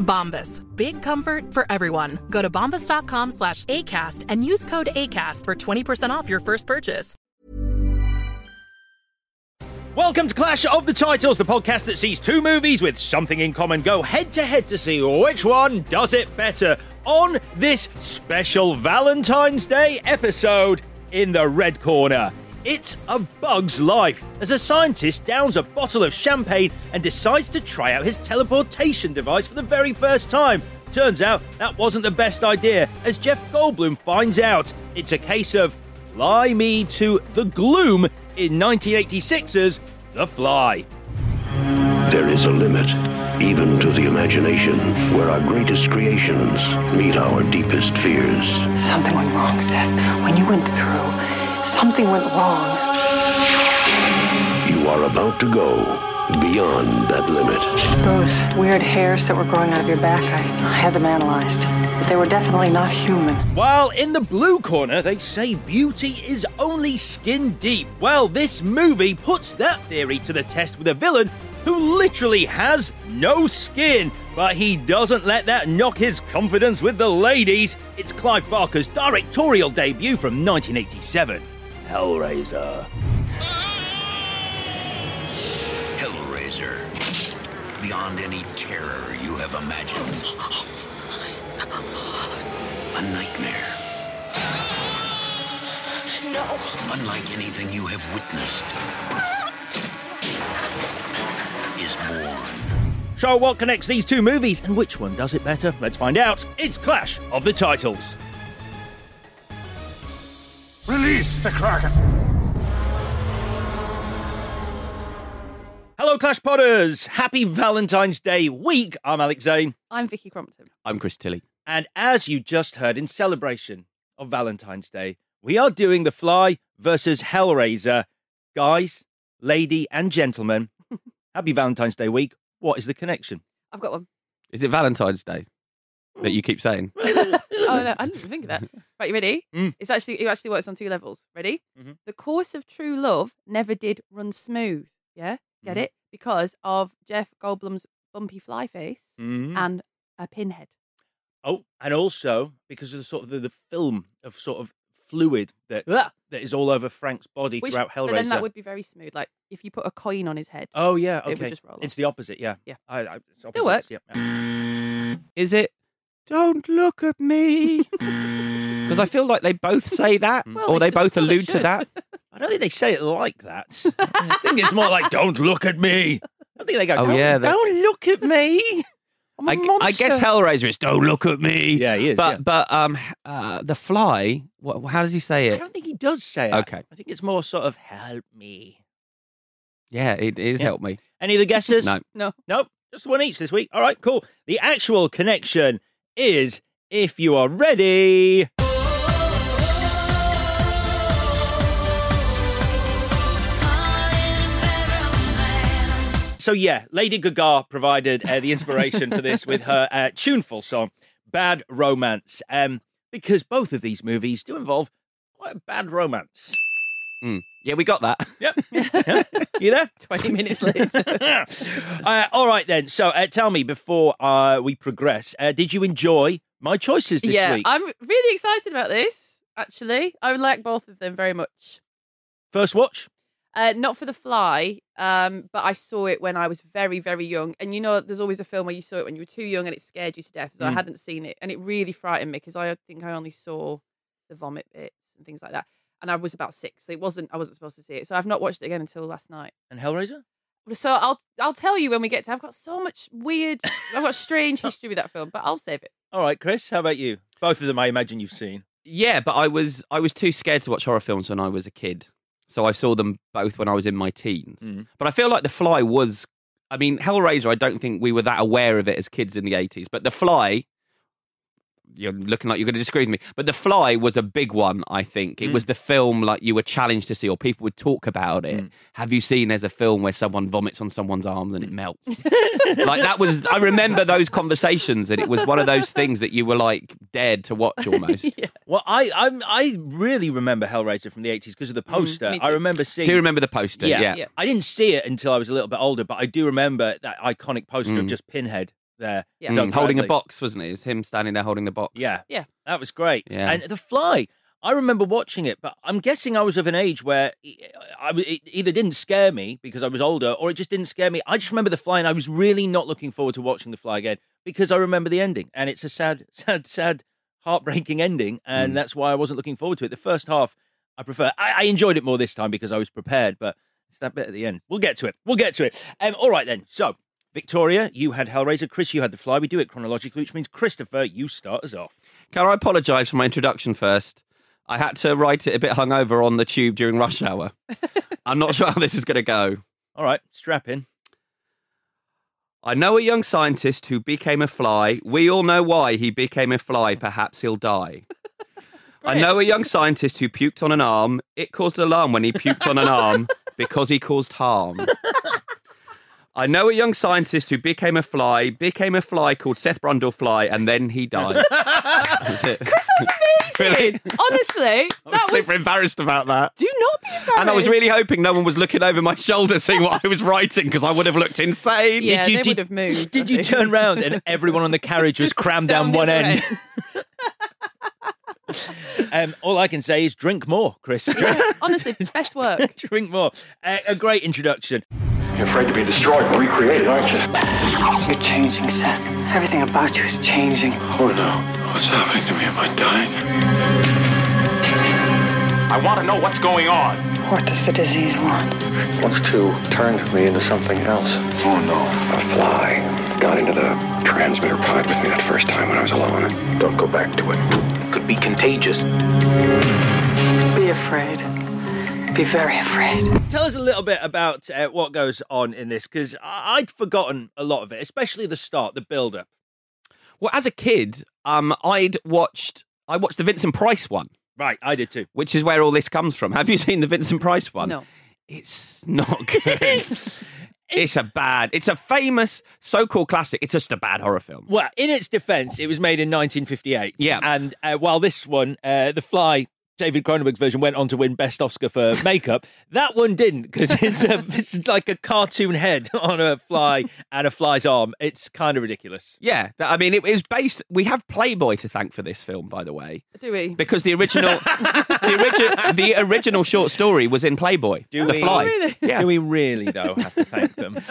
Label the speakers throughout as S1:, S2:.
S1: Bombas. Big comfort for everyone. Go to bombas.com slash ACAST and use code ACAST for 20% off your first purchase.
S2: Welcome to Clash of the Titles, the podcast that sees two movies with something in common go head to head to see which one does it better on this special Valentine's Day episode in the red corner. It's a bug's life as a scientist downs a bottle of champagne and decides to try out his teleportation device for the very first time. Turns out that wasn't the best idea, as Jeff Goldblum finds out. It's a case of Fly Me to the Gloom in 1986's The Fly.
S3: There is a limit, even to the imagination, where our greatest creations meet our deepest fears.
S4: Something went wrong, Seth. When you went through, something went wrong.
S3: You are about to go beyond that limit.
S4: Those weird hairs that were growing out of your back, I, I had them analyzed. But they were definitely not human.
S2: While in the blue corner, they say beauty is only skin deep. Well, this movie puts that theory to the test with a villain who literally has no skin, but he doesn't let that knock his confidence with the ladies. It's Clive Barker's directorial debut from 1987, Hellraiser.
S3: Hellraiser, beyond any terror you have imagined. A nightmare. No. Unlike anything you have witnessed, is born.
S2: So, what connects these two movies and which one does it better? Let's find out. It's Clash of the Titles.
S5: Release the Kraken!
S2: Hello, Clash Potters. Happy Valentine's Day week. I'm Alex Zane.
S6: I'm Vicky Crompton.
S7: I'm Chris Tilly.
S2: And as you just heard, in celebration of Valentine's Day, we are doing The Fly versus Hellraiser. Guys, lady, and gentlemen, happy Valentine's Day week. What is the connection?
S6: I've got one.
S7: Is it Valentine's Day that you keep saying?
S6: Oh no, I didn't even think of that. Right, you ready?
S2: Mm.
S6: It's actually it actually works on two levels. Ready?
S2: Mhm.
S6: The course of true love never did run smooth. Yeah, get it? Because of Jeff Goldblum's bumpy fly face
S2: Mm.
S6: and a pinhead.
S2: Oh, and also because of the sort of the, the film of sort of fluid that
S6: Ugh.
S2: that is all over Frank's body
S6: Which-
S2: throughout Hellraiser.
S6: But then that would be very smooth. Like if you put a coin on his head.
S2: Oh yeah,
S6: It
S2: okay.
S6: would just roll
S2: it's
S6: off.
S2: the opposite, yeah.
S6: Yeah.
S2: I, I, it's
S6: Still
S2: opposite,
S6: works.
S2: yeah, yeah.
S7: Is it? Don't look at me. Because I feel like they both say that,
S6: Well,
S7: or they
S6: should-
S7: both
S6: well,
S7: allude to
S6: should.
S7: that.
S2: Hmm. I don't think they say it like that. I think it's more like "Don't look at me." I think they go,
S7: Oh,
S2: "Don't,
S7: yeah, they-
S2: don't look at me." I'm a
S7: I, I guess
S2: monster."
S7: Hellraiser is don't look at me.
S2: Yeah, he is.
S7: but
S2: yeah.
S7: but um, uh, the fly. What, how does he say
S2: I
S7: it?
S2: don't think he does say that.
S7: Okay.
S2: I think it's more sort of "Help me."
S7: Yeah, it is
S2: Yeah.
S7: help me.
S2: Any of the guesses?
S7: No,
S6: No,
S2: Nope, just one each this week. All right, cool. The actual connection is if you are ready. So, yeah, Lady Gaga provided uh, the inspiration for this with her uh, tuneful song, Bad Romance, um, because both of these movies do involve quite a bad romance.
S7: Mm. Yeah, we got that.
S2: you there?
S8: 20 minutes later.
S2: uh, all right then. So uh, tell me before uh, we progress, uh, did you enjoy my choices this
S8: yeah,
S2: week?
S8: I'm really excited about this, actually. I like both of them very much.
S2: First watch.
S8: Uh, not for The Fly, um, but I saw it when I was very, very young. And you know, there's always a film where you saw it when you were too young and it scared you to death. So I
S2: Mm.
S8: hadn't seen it. And it really frightened me because I think I only saw the vomit bits and things like that. And I was about six. So it wasn't, I wasn't supposed to see it. So I've not watched it again until last night.
S2: And Hellraiser.
S8: So I'll I'll tell you when we get to. I've got so much weird, I've got strange history with that film, but I'll save it.
S2: All right, Chris. How about you? Both of them, I imagine you've seen.
S7: Yeah, but I was I was too scared to watch horror films when I was a kid, so I saw them both when I was in my teens. But I feel like The Fly was, I mean, Hellraiser. I don't think we were that aware of it as kids in the eighties, but The Fly. You're looking like you're going to disagree with me, but The Fly was a big one. I think it
S2: Mm.
S7: was the film like you were challenged to see, or people would talk about it. Have you seen? There's a film where someone vomits on someone's arms and it melts. like that was. I remember those conversations, and it was one of those things that you were like dared to watch almost.
S2: Well, I I'm, I really remember Hellraiser from the 80s because of the poster.
S7: me
S2: I
S7: too.
S2: remember seeing.
S7: Do you remember the poster? Yeah.
S2: I didn't see it until I was a little bit older, but I do remember that iconic poster of
S7: Mm.
S2: just Pinhead there,
S7: Mm,
S2: Doug
S7: holding a
S2: Bradley.
S7: box, wasn't it? It was him standing there holding the box.
S2: Yeah.
S8: Yeah.
S2: That was great.
S7: Yeah.
S2: And The Fly, I remember watching it, but I'm guessing I was of an age where e, I, I- it either didn't scare me because I was older or it just didn't scare me. I just remember The Fly and I was really not looking forward to watching The Fly again because I remember the ending and it's a sad, sad, sad, heartbreaking ending. And that's why I wasn't looking forward to it. The first half, I prefer. I, I enjoyed it more this time because I was prepared, but it's that bit at the end. We'll get to it. We'll get to it. Um, all right then. So, Victoria, you had Hellraiser. Chris, you had The Fly. We do it chronologically, which means Christopher, you start us off.
S7: Can I apologise for my introduction first? I had to write it a bit hungover on the tube during rush hour. I'm not sure how this is going to go.
S2: All right, strap in.
S7: I know a young scientist who became a fly. We all know why he became a fly. Perhaps he'll die. I know a young scientist who puked on an arm. It caused alarm when he puked on an arm because he caused harm. I know a young scientist who became a fly, became a fly called Seth Brundle Fly, and then he died. That's it. Really?
S8: Honestly,
S7: I
S8: that
S7: was
S8: was.
S7: super embarrassed about that.
S8: Do not be embarrassed.
S7: And I was really hoping no one was looking over my shoulder seeing what I was writing because I would have looked insane.
S8: Yeah, they would have moved.
S2: Did you turn round and everyone on the carriage was crammed down, one end? um, all I can say is drink more, Chris. Drink,
S8: Honestly, best work.
S2: drink more. Uh, a great introduction.
S3: You're afraid to be destroyed and recreated, aren't you?
S4: You're changing, Seth. Everything about you is changing.
S3: Oh no. What's happening to me? Am I dying?
S9: I want to know what's going on.
S4: What does the disease want?
S3: Wants to turn me into something else. Oh no. A fly got into the transmitter pod with me that first time when I was alone. Don't go back to it. Could be contagious.
S4: Be afraid. Be very afraid.
S2: Tell us a little bit about uh, what goes on in this because I- I'd forgotten a lot of it, especially the start, the build up.
S7: Well, as a kid, um, I'd watched I watched the Vincent Price one,
S2: Right, I did too.
S7: which is where all this comes from. Have you seen the Vincent Price one?
S8: No.
S7: It's not good. it's, a bad. It's a famous so-called classic. It's just a bad horror film.
S2: Well, in its defense, it was made in 1958.
S7: Yeah.
S2: And uh, while this one, uh, The Fly, David Cronenberg's version, went on to win Best Oscar for Makeup, that one didn't because it's, a- it's like a cartoon head on a fly and a fly's arm. It's kind of ridiculous.
S7: Yeah, that- I mean, it is based. We have Playboy to thank for this film, by the way,
S8: Do we?
S7: because the original, the, origi- the original short story was in Playboy.
S2: Do
S7: the
S2: we-
S7: Fly.
S8: Really?
S7: Yeah.
S2: Do we really, though, have to thank them?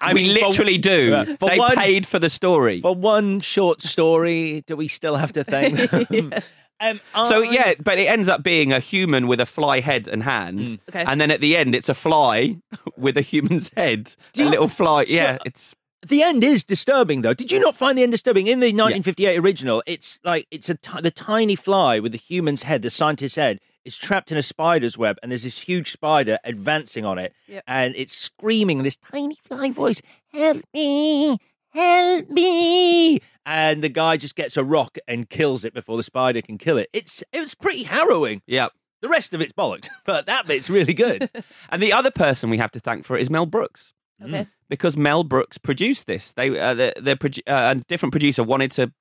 S2: I
S7: we
S2: mean, for-
S7: literally do.
S2: Yeah, for
S7: they
S2: one-
S7: paid for the story.
S2: For one short story, do we still have to thank them? um,
S7: So
S2: I-
S7: yeah, but it ends up being a human with a fly head and hand,
S8: Okay.
S7: and then at the end it's a fly with a human's head, a little fly. Yeah, it's
S2: The end is disturbing, though. Did you not find the end disturbing in the 1958 original? It's like it's a ti the tiny fly with the human's head, the scientist's head, is trapped in a spider's web, and there's this huge spider advancing on it,
S8: Yep.
S2: and it's screaming in this tiny fly voice, "Help me, help me!" And the guy just gets a rock and kills it before the spider can kill it. It's it was pretty harrowing.
S7: yeah.
S2: The rest of it's bollocks, but that bit's really good.
S7: And the other person we have to thank for it is Mel Brooks Mm.
S8: Okay.
S7: because Mel Brooks produced this. They uh, the, the produ- uh, a different producer wanted to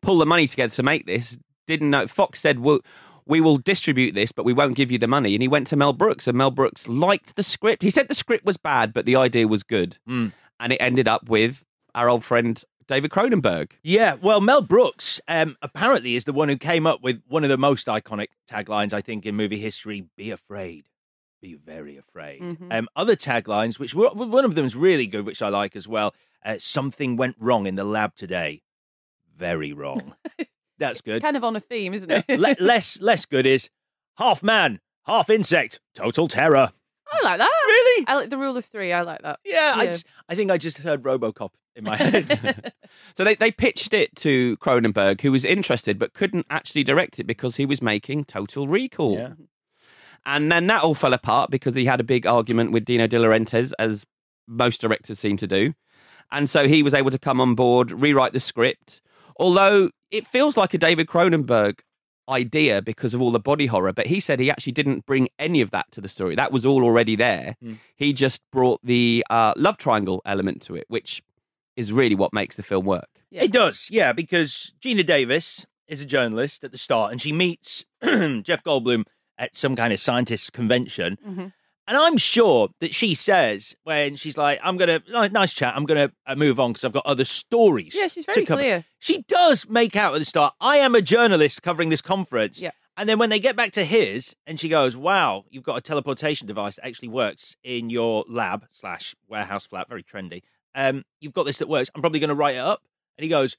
S7: pull the money together to make this. Didn't know Fox said, "Well, we will distribute this, but we won't give you the money. And he went to Mel Brooks, and Mel Brooks liked the script. He said the script was bad, but the idea was good. And it ended up with our old friend David Cronenberg.
S2: Yeah, well, Mel Brooks um, apparently is the one who came up with one of the most iconic taglines, I think, in movie history be afraid. Be very afraid.
S10: Mhm.
S2: Um, other taglines, which were, one of them is really good, which I like as well. Uh, Something went wrong in the lab today. Very wrong. That's good.
S6: Kind of on a theme, isn't it?
S2: Le- less, less good is half man, half insect, total terror.
S6: I like that.
S2: Really?
S6: I like the rule of three. I like that.
S2: Yeah, I, just, I think I just heard Robocop in my head.
S7: So they, they pitched it to Cronenberg, who was interested but couldn't actually direct it because he was making Total Recall. And then that all fell apart because he had a big argument with Dino De Laurentiis, as most directors seem to do. And so he was able to come on board, rewrite the script. Although it feels like a David Cronenberg idea because of all the body horror, but he said he actually didn't bring any of that to the story. That was all already there.
S2: Mm.
S7: He just brought the uh, love triangle element to it, which is really what makes the film work.
S2: It does, yeah, because Gina Davis is a journalist at the start and she meets Jeff Goldblum at some kind of scientist convention. And I'm sure that she says when she's like, I'm going to, nice chat, I'm going to uh, move on because I've got other stories.
S6: Yeah, she's
S2: to
S6: very
S2: cover."
S6: clear.
S2: She does make out at the start, I am a journalist covering this conference.
S6: Yeah.
S2: And then when they get back to his, and she goes, "Wow, you've got a teleportation device that actually works in your lab slash warehouse flat. Very trendy. Um, you've got this that works. I'm probably going to write it up." And he goes,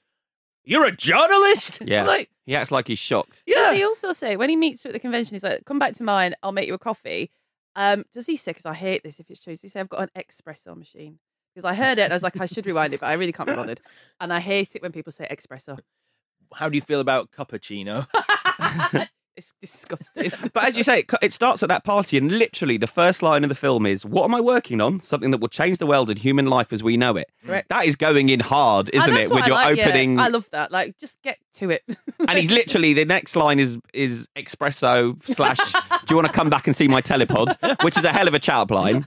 S2: "You're a journalist."
S7: Yeah.
S2: I'm like
S7: he acts like he's shocked.
S6: Does he also say when he meets her at the convention, he's like, "Come back to mine. I'll make you a coffee." Um, does he say? Because I hate this. If it's true, does he say I've got an espresso machine? Because I heard it and I was like, I should rewind it, but I really can't be bothered. And I hate it when people say espresso.
S2: how do you feel about cappuccino?
S6: It's disgusting.
S7: But as you say, it, cu- it starts at that party, and literally the first line of the film is, "What am I working on? Something that will change the world and human life as we know it."
S6: Correct.
S7: That is going in hard,
S6: And
S7: isn't
S6: that's
S7: it?
S6: what
S7: With
S6: I
S7: your
S6: like, yeah.
S7: opening,
S6: I love that. Like, just get to it.
S7: and he's literally the next line is is espresso slash. Do you want to come back and see my telepod? Which is a hell of a chat up line.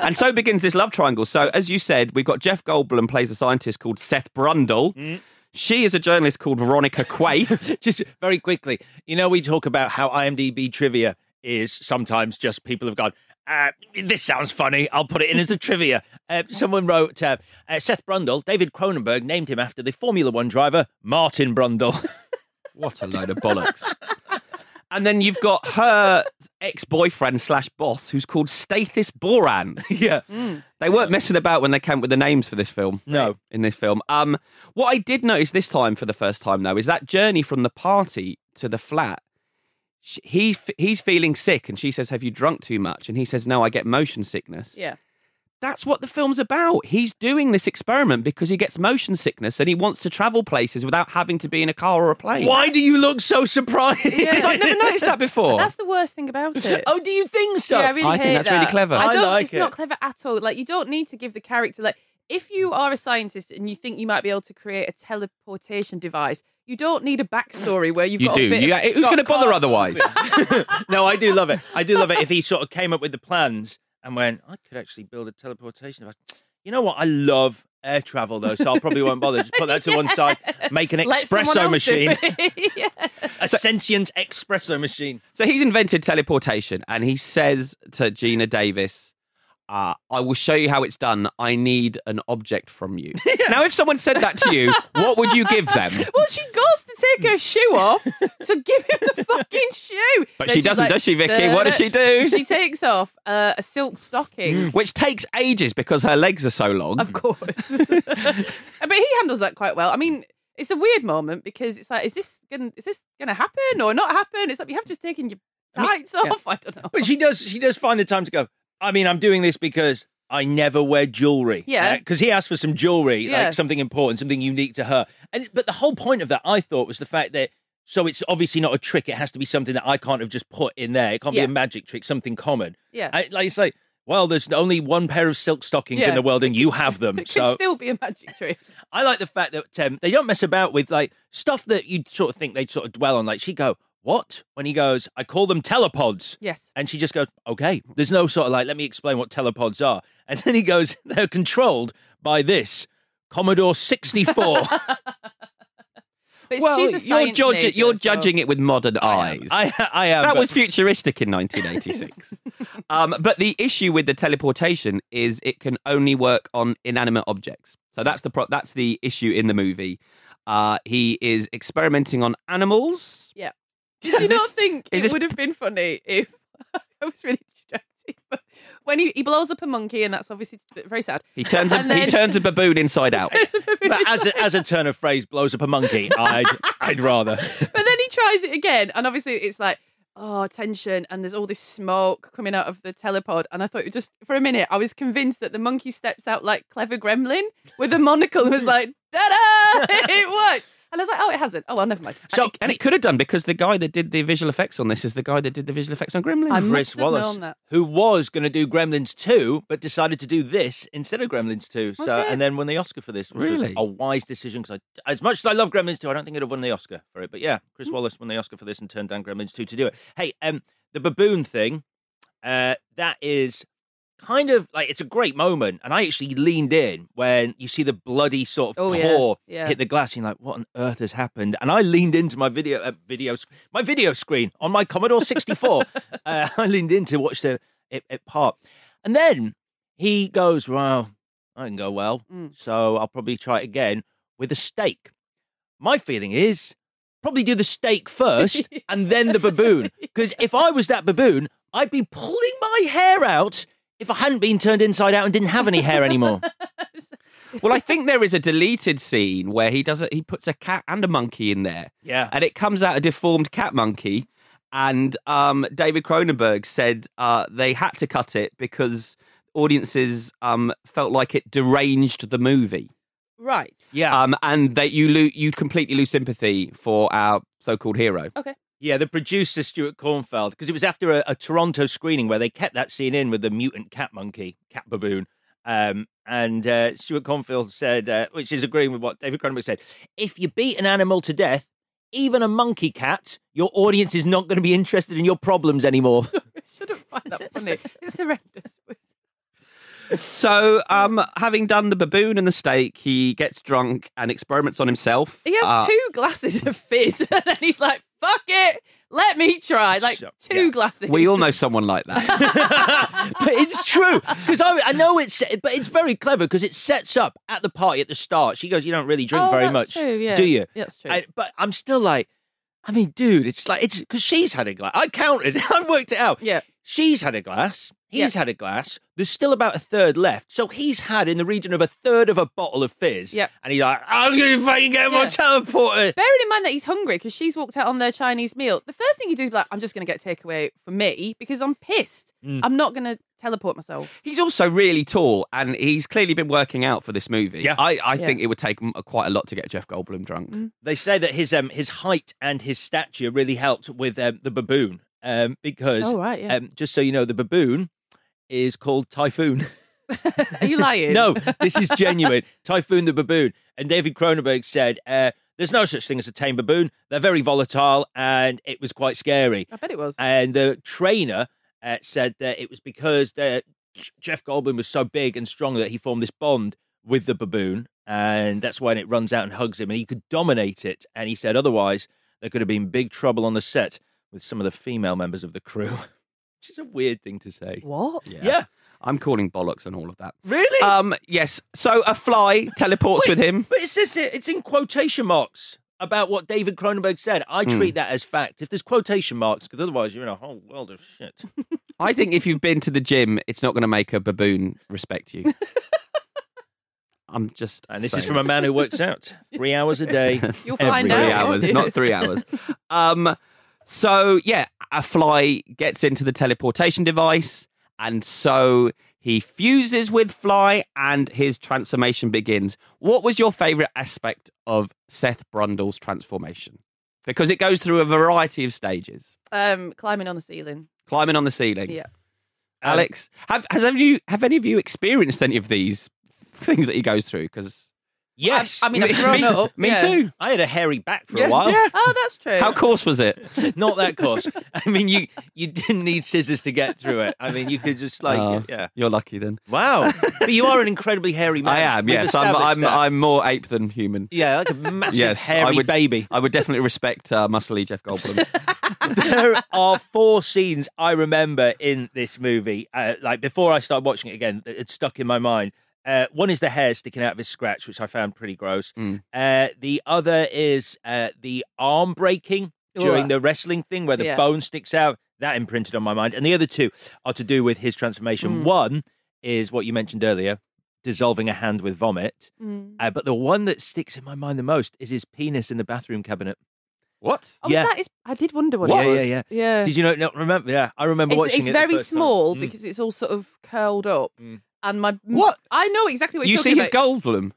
S7: And so begins this love triangle. So as you said, we've got Jeff Goldblum plays a scientist called Seth Brundle. She is a journalist called Veronica Quaife.
S2: Just very quickly, you know, we talk about how IMDb trivia is sometimes just people have gone. Uh, this sounds funny. I'll put it in as a trivia. Uh, someone wrote uh, uh, Seth Brundle. David Cronenberg named him after the Formula One driver Martin Brundle.
S7: What a load of bollocks. And then you've got her ex boyfriend slash boss, who's called Stathis Boran.
S2: yeah.
S7: They weren't messing about when they came up with the names for this film.
S2: No.
S7: In this film. Um, what I did notice this time for the first time, though, is that journey from the party to the flat. sh- He, f- he's feeling sick, and she says, Have you drunk too much? And he says, No, I get motion sickness.
S6: yeah.
S7: That's what the film's about. He's doing this experiment because he gets motion sickness and he wants to travel places without having to be in a car or a plane.
S2: Why do you look so surprised?
S7: Because I've never noticed that before.
S6: That's the worst thing about it.
S2: Oh, do you think so?
S6: Yeah, I really
S7: I think
S6: hate
S7: that's really
S6: that.
S7: clever.
S6: I
S7: I
S6: don't.
S7: like
S6: it's not
S7: it.
S6: clever at all. Like you don't need to give the character like. If you are a scientist and you think you might be able to create a teleportation device, you don't need a backstory where you've
S7: You
S6: got
S7: do.
S6: A bit
S7: You- who's
S6: going to
S7: bother otherwise?
S2: no, I do love it. I do love it if he sort of came up with the plans and went, I could actually build a teleportation device. You know what? I love air travel though, so I probably won't bother. Just put that to one side, make an
S6: Let someone
S2: espresso
S6: else do
S2: machine,
S6: it. Yeah.
S2: a sentient espresso machine.
S7: So he's invented teleportation and he says to Gina Davis, uh, I will show you how it's done. I need an object from you. Now, if someone said that to you, what would you give them?
S6: Well, she goes to take her shoe off, so give him the fucking shoe.
S7: But
S6: No,
S7: she
S6: she's
S7: doesn't, does she, Vicky? What does she do?
S6: She takes off uh, a silk stocking.
S7: Which takes ages because her legs are so long.
S6: Of course. but he handles that quite well. I mean, it's a weird moment because it's like, is this gonna is this gonna happen or not happen? It's like you have just taken your tights off. I don't know.
S2: But she does she does find the time to go, I mean, I'm doing this because I never wear jewelry.
S6: Yeah.
S2: Because he asked for some jewelry,
S6: Yeah.
S2: like something important, something unique to her. And but the whole point of that, I thought, was the fact that so it's obviously not a trick. It has to be something that I can't have just put in there. It can't
S6: Yeah.
S2: be a magic trick, something common.
S6: Yeah.
S2: I, like it's like, well, there's only one pair of silk stockings
S6: Yeah.
S2: in the world, and you have them.
S6: It
S2: so
S6: could still be a magic trick.
S2: I like the fact that um, they don't mess about with like stuff that you would sort of think they'd sort of dwell on. Like she go, "What?" When he goes, "I call them telepods."
S6: Yes.
S2: and she just goes, "Okay." There's no sort of like, "Let me explain what telepods are." And then he goes, "They're controlled by this Commodore 64."
S6: But
S7: well,
S6: she's a
S7: you're,
S6: science
S7: judge-
S6: major,
S7: you're
S6: so-
S7: judging it with modern eyes.
S2: I, I am.
S7: That
S2: but-
S7: was futuristic in 1986. um, but the issue with the teleportation is it can only work on inanimate objects. So that's the pro- that's the issue in the movie. Uh, he is experimenting on animals.
S6: Yeah. Did you
S7: this-
S6: not think
S7: is
S6: it
S7: this-
S6: would have been funny if I was really distracted? But when he, he blows up a monkey, and that's obviously very sad.
S7: He turns a,
S6: And then-
S7: he turns a baboon inside out.
S2: But as a, as a turn of phrase, blows up a monkey. I'd I'd rather.
S6: But then he tries it again, and obviously it's like, oh, tension, and there's all this smoke coming out of the telepod. And I thought, it just for a minute, I was convinced that the monkey steps out like clever gremlin with a monocle and was like, da da, it worked. And I was like, oh, it hasn't. Oh, well, never mind.
S7: So, and it could have done because the guy that did the visual effects on this is the guy that did the visual effects on Gremlins.
S6: I must
S2: Chris
S6: have known
S2: Wallace,
S6: that.
S2: who was going to do Gremlins 2, but decided to do this instead of Gremlins 2. So,
S6: Okay.
S2: and then won the Oscar for this, which was
S7: Really?
S2: a wise decision. Because as much as I love Gremlins 2, I don't think I'd have won the Oscar for it. But yeah,
S6: Mm.
S2: Chris Wallace won the Oscar for this and turned down Gremlins 2 to do it. Hey, um, the baboon thing, uh, that is kind of like it's a great moment. And I actually leaned in when you see the bloody sort of
S6: Oh, yeah.
S2: paw
S6: Yeah.
S2: hit the glass. And you're like, what on earth has happened? And I leaned into my video, uh, video, sc- my video screen on my Commodore 64. uh, I leaned in to watch the it, it part. And then he goes, well, I can go well.
S6: Mm.
S2: So I'll probably try it again with a steak. My feeling is probably do the steak first and then the baboon. Because if I was that baboon, I'd be pulling my hair out if I hadn't been turned inside out and didn't have any hair anymore.
S7: Well, I think there is a deleted scene where he does it. He puts a cat and a monkey in there,
S2: yeah.
S7: and it comes out a deformed cat monkey. And um, David Cronenberg said uh, they had to cut it because audiences um, felt like it deranged the movie,
S6: Right.
S2: Yeah.
S7: um, and that you lo- you completely lose sympathy for our so-called hero.
S6: Okay.
S2: Yeah, the producer Stuart Kornfeld, because it was after a, a Toronto screening where they kept that scene in with the mutant cat monkey, cat baboon. Um, and uh, Stuart Kornfeld said, uh, which is agreeing with what David Cronenberg said, if you beat an animal to death, even a monkey cat, your audience is not going to be interested in your problems anymore.
S6: Shouldn't find that funny. It's horrendous.
S7: So, um, having done the baboon and the steak, he gets drunk and experiments on himself.
S6: He has
S7: Uh,
S6: two glasses of fizz, and then he's like, fuck it, let me try. Like,
S2: So-
S6: two
S2: yeah.
S6: glasses.
S7: We all know someone like that.
S2: but it's true because I, I know it's but it's very clever because it sets up at the party at the start. She goes, "You don't really drink
S6: Oh,
S2: very
S6: that's
S2: much,
S6: true, yeah.
S2: do you?"
S6: That's true.
S2: I- but I'm still like, I mean, dude, it's like it's because she's had a glass. I counted, I worked it out.
S6: Yeah.
S2: she's had a glass. He's
S6: Yeah.
S2: had a glass. There's still about a third left, so he's had in the region of a third of a bottle of fizz.
S6: Yeah.
S2: and he's like, "I'm gonna fucking get my
S6: Yeah.
S2: teleporter."
S6: Bearing in mind that he's hungry because she's walked out on their Chinese meal, the first thing you do is be like, I'm just going to get takeaway for me because I'm pissed.
S7: Mm.
S6: I'm not going to teleport myself.
S7: He's also really tall, and he's clearly been working out for this movie.
S2: Yeah.
S7: I, I
S6: Yeah. Mm.
S7: think it would take m- quite a lot to get Jeff Goldblum drunk.
S2: They say that his um his height and his stature really helped with um, the baboon um because
S6: Oh, right, yeah.
S2: um, just so you know the baboon is called Typhoon.
S6: Are you lying?
S2: no, this is genuine. Typhoon the baboon and David Cronenberg said uh, there's no such thing as a tame baboon. They're very volatile and it was quite scary.
S6: I bet it was.
S2: And the trainer uh, said that it was because the, Jeff Goldblum was so big and strong that he formed this bond with the baboon, and that's when it runs out and hugs him, and he could dominate it. And he said otherwise there could have been big trouble on the set with some of the female members of the crew, which is a weird thing to say.
S6: what?
S2: Yeah,
S7: I'm calling bollocks on all of that.
S2: really.
S7: Um, yes. So a fly teleports
S2: Wait,
S7: with him.
S2: But it says that it's in quotation marks about what David Cronenberg said. I
S7: Hmm.
S2: treat that as fact. If there's quotation marks, because otherwise you're in a whole world of shit.
S7: I think if you've been to the gym, it's not going to make a baboon respect you. I'm just.
S2: And this is
S7: saying.
S2: from a man who works out three hours a day.
S6: You'll
S2: every
S6: find
S7: three
S6: out.
S7: hours, not three hours. Um, so yeah, a fly gets into the teleportation device, and so he fuses with Fly, and his transformation begins. What was your favourite aspect of Seth Brundle's transformation? Because it goes through a variety of stages.
S6: Um, climbing on the ceiling.
S7: Climbing on the ceiling.
S6: Yeah.
S7: Alex, have has any of you have any of you experienced any of these things that he goes through? Because
S2: Yes.
S6: I mean, I've grown
S7: me,
S6: up.
S7: Me
S6: yeah.
S7: too.
S2: I had a hairy back for
S7: Yeah,
S2: a while.
S7: yeah.
S6: Oh, that's true.
S7: How coarse was it?
S2: Not that coarse. I mean, you you didn't need scissors to get through it. I mean, you could just like
S7: Oh,
S2: yeah.
S7: You're lucky then.
S2: Wow. But you are an incredibly hairy man.
S7: I am.
S2: We've
S7: Yes, I'm.
S2: established
S7: I'm,
S2: that.
S7: I'm more ape than human.
S2: Yeah, like a massive
S7: yes,
S2: hairy
S7: I would,
S2: baby.
S7: I would definitely respect uh, muscly Jeff Goldblum.
S2: there are four scenes I remember in this movie. Uh, like before I started watching it again, it it stuck in my mind. Uh, one is the hair sticking out of his scratch, which I found pretty gross.
S7: Mm.
S2: Uh, the other is uh, the arm breaking during
S6: Ugh.
S2: the wrestling thing where the
S6: Yeah.
S2: bone sticks out. That imprinted on my mind. And the other two are to do with his transformation.
S6: Mm.
S2: One is what you mentioned earlier, dissolving a hand with vomit.
S6: Mm.
S2: Uh, but the one that sticks in my mind the most is his penis in the bathroom cabinet.
S7: What?
S6: Oh,
S2: yeah.
S6: was that his, I did wonder what,
S2: What?
S6: it was.
S2: Yeah, yeah,
S6: yeah.
S2: Did you know? No, remember? Yeah, I remember
S6: it's,
S2: watching
S6: it's
S2: it. the
S6: very
S2: first time.
S6: small
S2: Mm.
S6: because it's all sort of curled up.
S2: Mm.
S6: And my
S7: What?
S6: I know exactly what
S7: you
S6: you're
S7: see
S6: talking
S7: his
S6: about.
S7: Goldblum.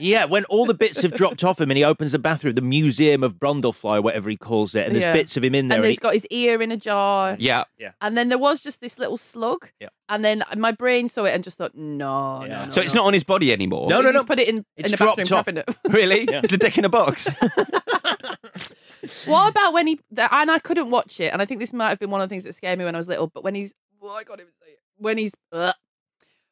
S2: Yeah, when all the bits have dropped off him and he opens the bathroom, the Museum of Brundlefly, whatever he calls it, and there's
S6: Yeah.
S2: bits of him in there.
S6: and
S2: and
S6: he's got his ear in a jar.
S7: Yeah.
S6: And then there was just this little slug.
S2: Yeah.
S6: And then my brain saw it and just thought, no,
S2: Yeah.
S6: no, no.
S7: So it's not on his body anymore.
S6: No,
S2: No, no,
S6: no,
S2: no.
S6: Just put it in,
S2: It's
S6: in the bathroom
S2: dropped off.
S6: cabinet.
S7: Really?
S2: Yeah.
S7: It's a dick in a box.
S6: what about when he? the- And I couldn't watch it. And I think this might have been one of the things that scared me when I was little. But when he's, well, I can't even say it. When he's, ugh.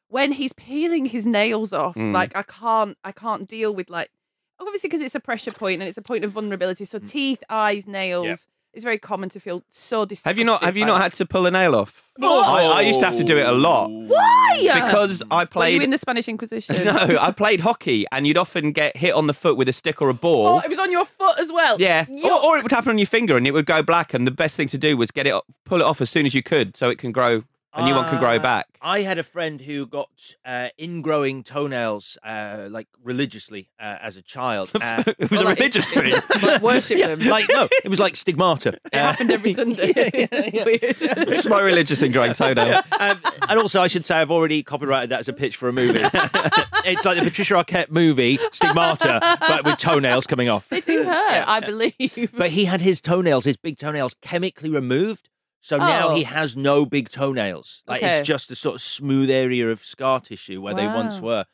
S6: when he's peeling his nails off,
S7: Mm.
S6: like I can't, I can't deal with like, obviously because it's a pressure point and it's a point of vulnerability. So
S7: Mm.
S6: teeth, eyes, nails. It's very common to feel so disgusted.
S7: have you not? Have you
S6: by
S7: not
S6: that.
S7: had to pull a nail off?
S6: Oh.
S7: I, I used to have to do it a lot
S6: Why?
S7: because I
S6: Were you
S7: played.
S6: in the Spanish Inquisition?
S7: no, I played hockey, and you'd often get hit on the foot with a stick or a ball.
S6: Oh, it was on your foot as well.
S7: Yeah,
S6: Yuck.
S7: or, or it would happen on your finger, and it would go black. And the best thing to do was get it, pull it off as soon as you could, so it can grow. A new one can grow
S2: Uh,
S7: back.
S2: I had a friend who got uh, ingrowing toenails uh, like religiously uh, as a child. Uh,
S7: it was
S6: Well,
S7: a
S6: like,
S7: religious thing.
S6: like worship
S2: yeah,
S6: them.
S2: like no, it was like stigmata. uh,
S6: It happened every Sunday. It's weird.
S7: it's my religious thing growing toenail.
S2: um, and also, I should say, I've already copyrighted that as a pitch for a movie. it's like the Patricia Arquette movie, Stigmata, but with toenails coming off.
S6: They do hurt, I believe.
S2: But he had his toenails, his big toenails, chemically removed. So now
S6: Oh.
S2: he has no big toenails. Like
S6: Okay.
S2: it's just a sort of smooth area of scar tissue where they once
S6: Wow.
S2: were.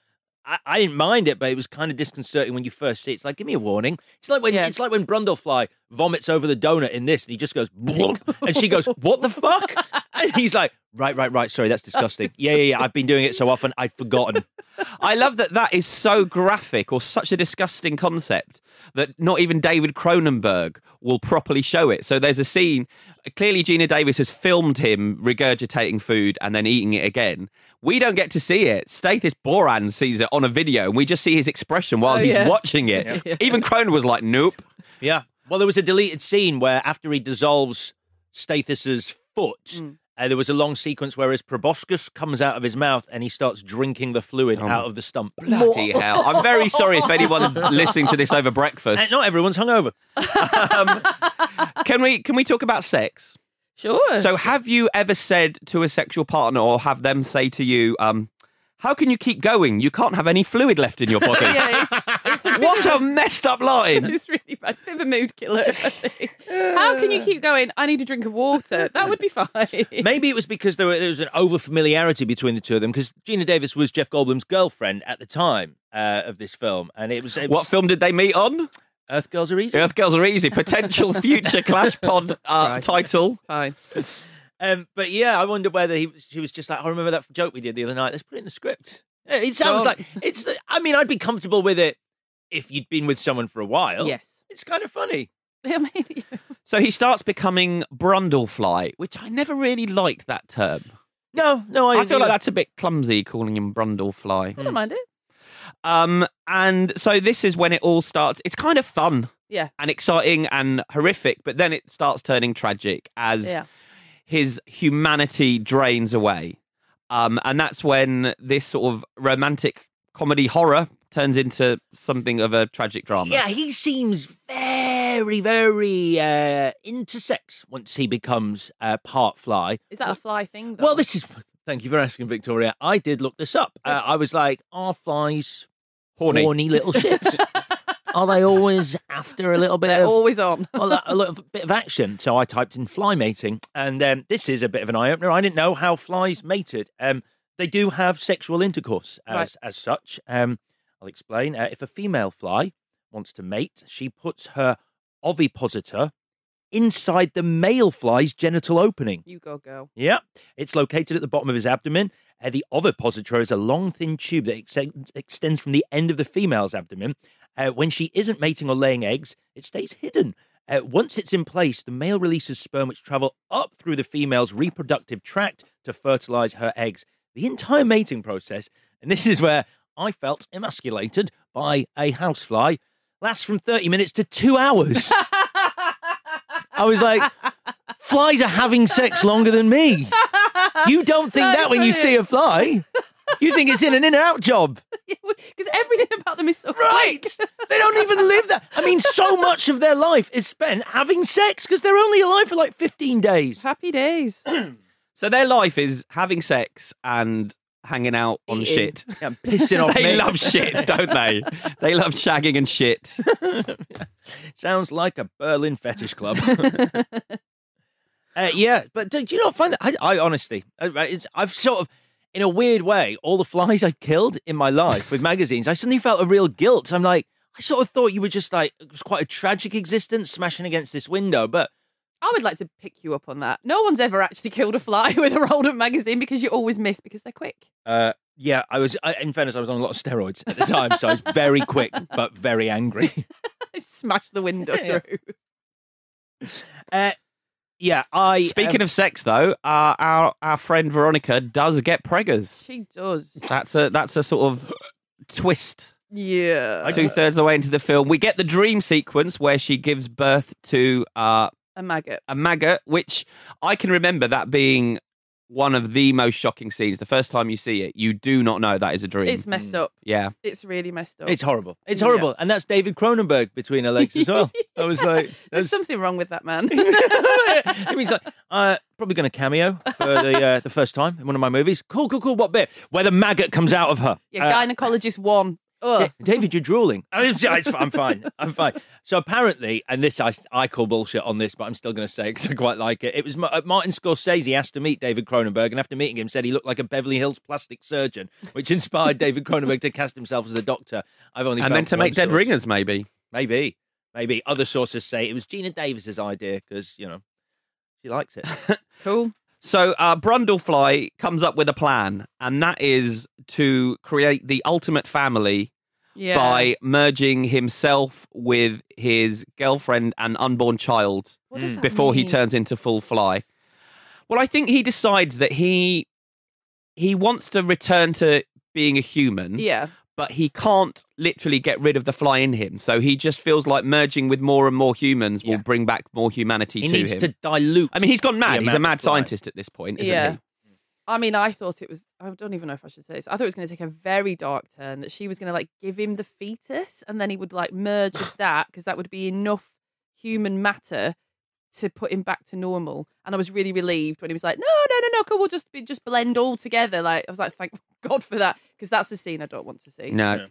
S2: I, I didn't mind it, but it was kind of disconcerting when you first see it. It's like, give me a warning. It's like when
S6: Yeah.
S2: it's like when Brundlefly vomits over the donut in this, and he just goes, "Blunk," and she goes, "What the fuck?" And he's like, "Right, right, right. Sorry, that's disgusting. Yeah, yeah, yeah. I've been doing it so often, I'd forgotten."
S7: I love that that is so graphic or such a disgusting concept that not even David Cronenberg will properly show it. So there's a scene, clearly Gina Davis has filmed him regurgitating food and then eating it again. We don't get to see it. Stathis Boran sees it on a video and we just see his expression while
S6: Oh,
S7: he's
S6: yeah.
S7: watching it. Even Cronen was like, nope.
S2: Yeah. Well, there was a deleted scene where after he dissolves Stathis's foot,
S7: Mm.
S2: uh, there was a long sequence where his proboscis comes out of his mouth and he starts drinking the fluid
S7: Oh
S2: out of the stump.
S7: Bloody hell. I'm very sorry if anyone's listening to this over breakfast.
S2: And not everyone's hungover.
S7: Can we can we talk about sex?
S6: Sure.
S7: So, have you ever said to a sexual partner or have them say to you, um, How can you keep going? You can't have any fluid left in your body.
S6: yeah, it's, it's a bit
S7: What
S6: of
S7: a messed up line.
S6: It's really bad. It's a bit of a mood killer. I think. How can you keep going? I need a drink of water. That would be fine.
S2: Maybe it was because there, were, there was an overfamiliarity between the two of them because Gina Davis was Jeff Goldblum's girlfriend at the time uh, of this film, and it was, it
S7: What
S2: was-
S7: film did they meet on?
S2: Earth Girls Are Easy.
S7: Earth Girls Are Easy, potential future Clash Pod uh, title.
S6: Fine.
S2: Um, but yeah, I wonder whether he was- she was just like, I remember that joke we did the other night. Let's put it in the script. Yeah, It sounds
S6: Don't.
S2: like it's. I mean, I'd be comfortable with it if you'd been with someone for a while.
S6: Yes.
S2: it's kind of funny.
S6: Yeah, maybe.
S2: Hmm.
S7: So he starts becoming Brundlefly, which I never really liked that term.
S2: No, no, I,
S7: I feel like that's a bit clumsy calling him Brundlefly.
S6: I don't mind it.
S7: Um, and so this is when it all starts. It's kind of fun.
S6: Yeah.
S7: and exciting and horrific, but then it starts turning tragic as
S6: Yeah.
S7: his humanity drains away. Um, and that's when this sort of romantic comedy horror turns into something of a tragic drama.
S2: Yeah, he seems very, very uh, intersex once he becomes uh, part fly.
S6: Is that a fly thing? Though?
S2: Well, this is. Thank you for asking, Victoria. I did look this up. Uh, I was like, are flies
S7: Horny.
S2: horny little shits? are they always after a little bit
S6: They're
S2: of
S6: always on.
S2: well, a, a little bit of action. So I typed in fly mating, and um, this is a bit of an eye opener. I didn't know how flies mated. Um, they do have sexual intercourse as
S6: Right.
S2: as such. Um, I'll explain. Uh, if a female fly wants to mate, she puts her ovipositor inside the male fly's genital opening.
S8: You go, girl.
S2: Yeah. It's located at the bottom of his abdomen. Uh, the ovipositor is a long, thin tube that ex- extends from the end of the female's abdomen. Uh, when she isn't mating or laying eggs, it stays hidden. Uh, once it's in place, the male releases sperm which travel up through the female's reproductive tract to fertilize her eggs. The entire mating process, and this is where I felt emasculated by a housefly, lasts from 30 minutes to two hours. I was like, flies are having sex longer than me. You don't think that,
S8: That's
S2: when you
S8: funny.
S2: see a fly. You think it's in an in and out job.
S8: Because everything about them is so
S2: Right. They don't even live that. I mean, so much of their life is spent having sex because they're only alive for like 15 days.
S8: Happy days.
S7: So their life is having sex and hanging out on
S2: Eating.
S7: shit.
S2: Yeah, pissing off
S7: they
S2: me.
S7: love shit, don't they? They love shagging and shit.
S2: Sounds like a Berlin fetish club. Uh, yeah, but do, do you not find that? I, I honestly, I- I- it's, I've sort of, in a weird way, all the flies I've killed in my life with magazines, I suddenly felt a real guilt. I'm like, I sort of thought you were just like, it was quite a tragic existence smashing against this window, but
S8: I would like to pick you up on that. No one's ever actually killed a fly with a rolled up magazine because you always miss because they're quick.
S2: Uh, yeah, I was. I, in fairness, I was on a lot of steroids at the time, so I was very quick but very angry.
S8: They smash the window
S2: Yeah.
S8: through.
S2: Uh, yeah, I.
S7: Speaking of sex, though, our, our our friend Veronica does get preggers.
S8: She does.
S7: That's a that's a sort of twist.
S8: Yeah.
S7: Two thirds of the way into the film, we get the dream sequence where she gives birth to uh,
S8: A maggot.
S7: a maggot, which I can remember that being one of the most shocking scenes. The first time you see it, you do not know that is a dream.
S8: It's messed up.
S7: yeah.
S8: It's really messed up.
S2: it's horrible. It's
S8: Yeah.
S2: horrible, and that's David Cronenberg between her legs as well. I was like,
S8: There's
S2: that's,
S8: something wrong with that man.
S2: I mean, it's like, uh, probably going to cameo for the uh, the first time in one of my movies. Cool, cool, cool. What bit? Where the maggot comes out of her.
S8: yeah,
S2: Uh,
S8: gynecologist one. Ugh.
S2: Da- David, you're drooling. I mean, it's- I'm fine. I'm fine. So apparently, and this I, I call bullshit on this, but I'm still going to say because I quite like it. It was Ma- uh, Martin Scorsese asked to meet David Cronenberg, and after meeting him, said he looked like a Beverly Hills plastic surgeon, which inspired David Cronenberg to cast himself as a doctor. I've only
S7: And then
S2: found
S7: to
S2: one
S7: make dead
S2: source.
S7: ringers, maybe.
S2: Maybe, maybe other sources say it was Gina Davis's idea because you know she likes it.
S8: Cool.
S7: So uh, Brundlefly comes up with a plan, and that is to create the ultimate family
S8: Yeah.
S7: by merging himself with his girlfriend and unborn child
S8: What does that
S7: before he
S8: mean?
S7: turns into full fly. Well, I think he decides that he he wants to return to being a human,
S8: Yeah.
S7: but he can't literally get rid of the fly in him. So he just feels like merging with more and more humans will
S2: Yeah.
S7: bring back more humanity
S2: He
S7: to
S2: needs
S7: him.
S2: to dilute.
S7: I mean, he's gone
S2: the
S7: mad. He's a
S2: amount
S7: mad
S2: of fly.
S7: scientist at this point, isn't
S8: Yeah.
S7: he?
S8: I mean, I thought it was. I don't even know if I should say this. I thought it was going to take a very dark turn that she was going to like give him the fetus, and then he would like merge with that because that would be enough human matter to put him back to normal. And I was really relieved when he was like, "No, no, no, no, cool, we'll just be, just blend all together." Like I was like, "Thank God for that," because that's a scene I don't want to see.
S7: No.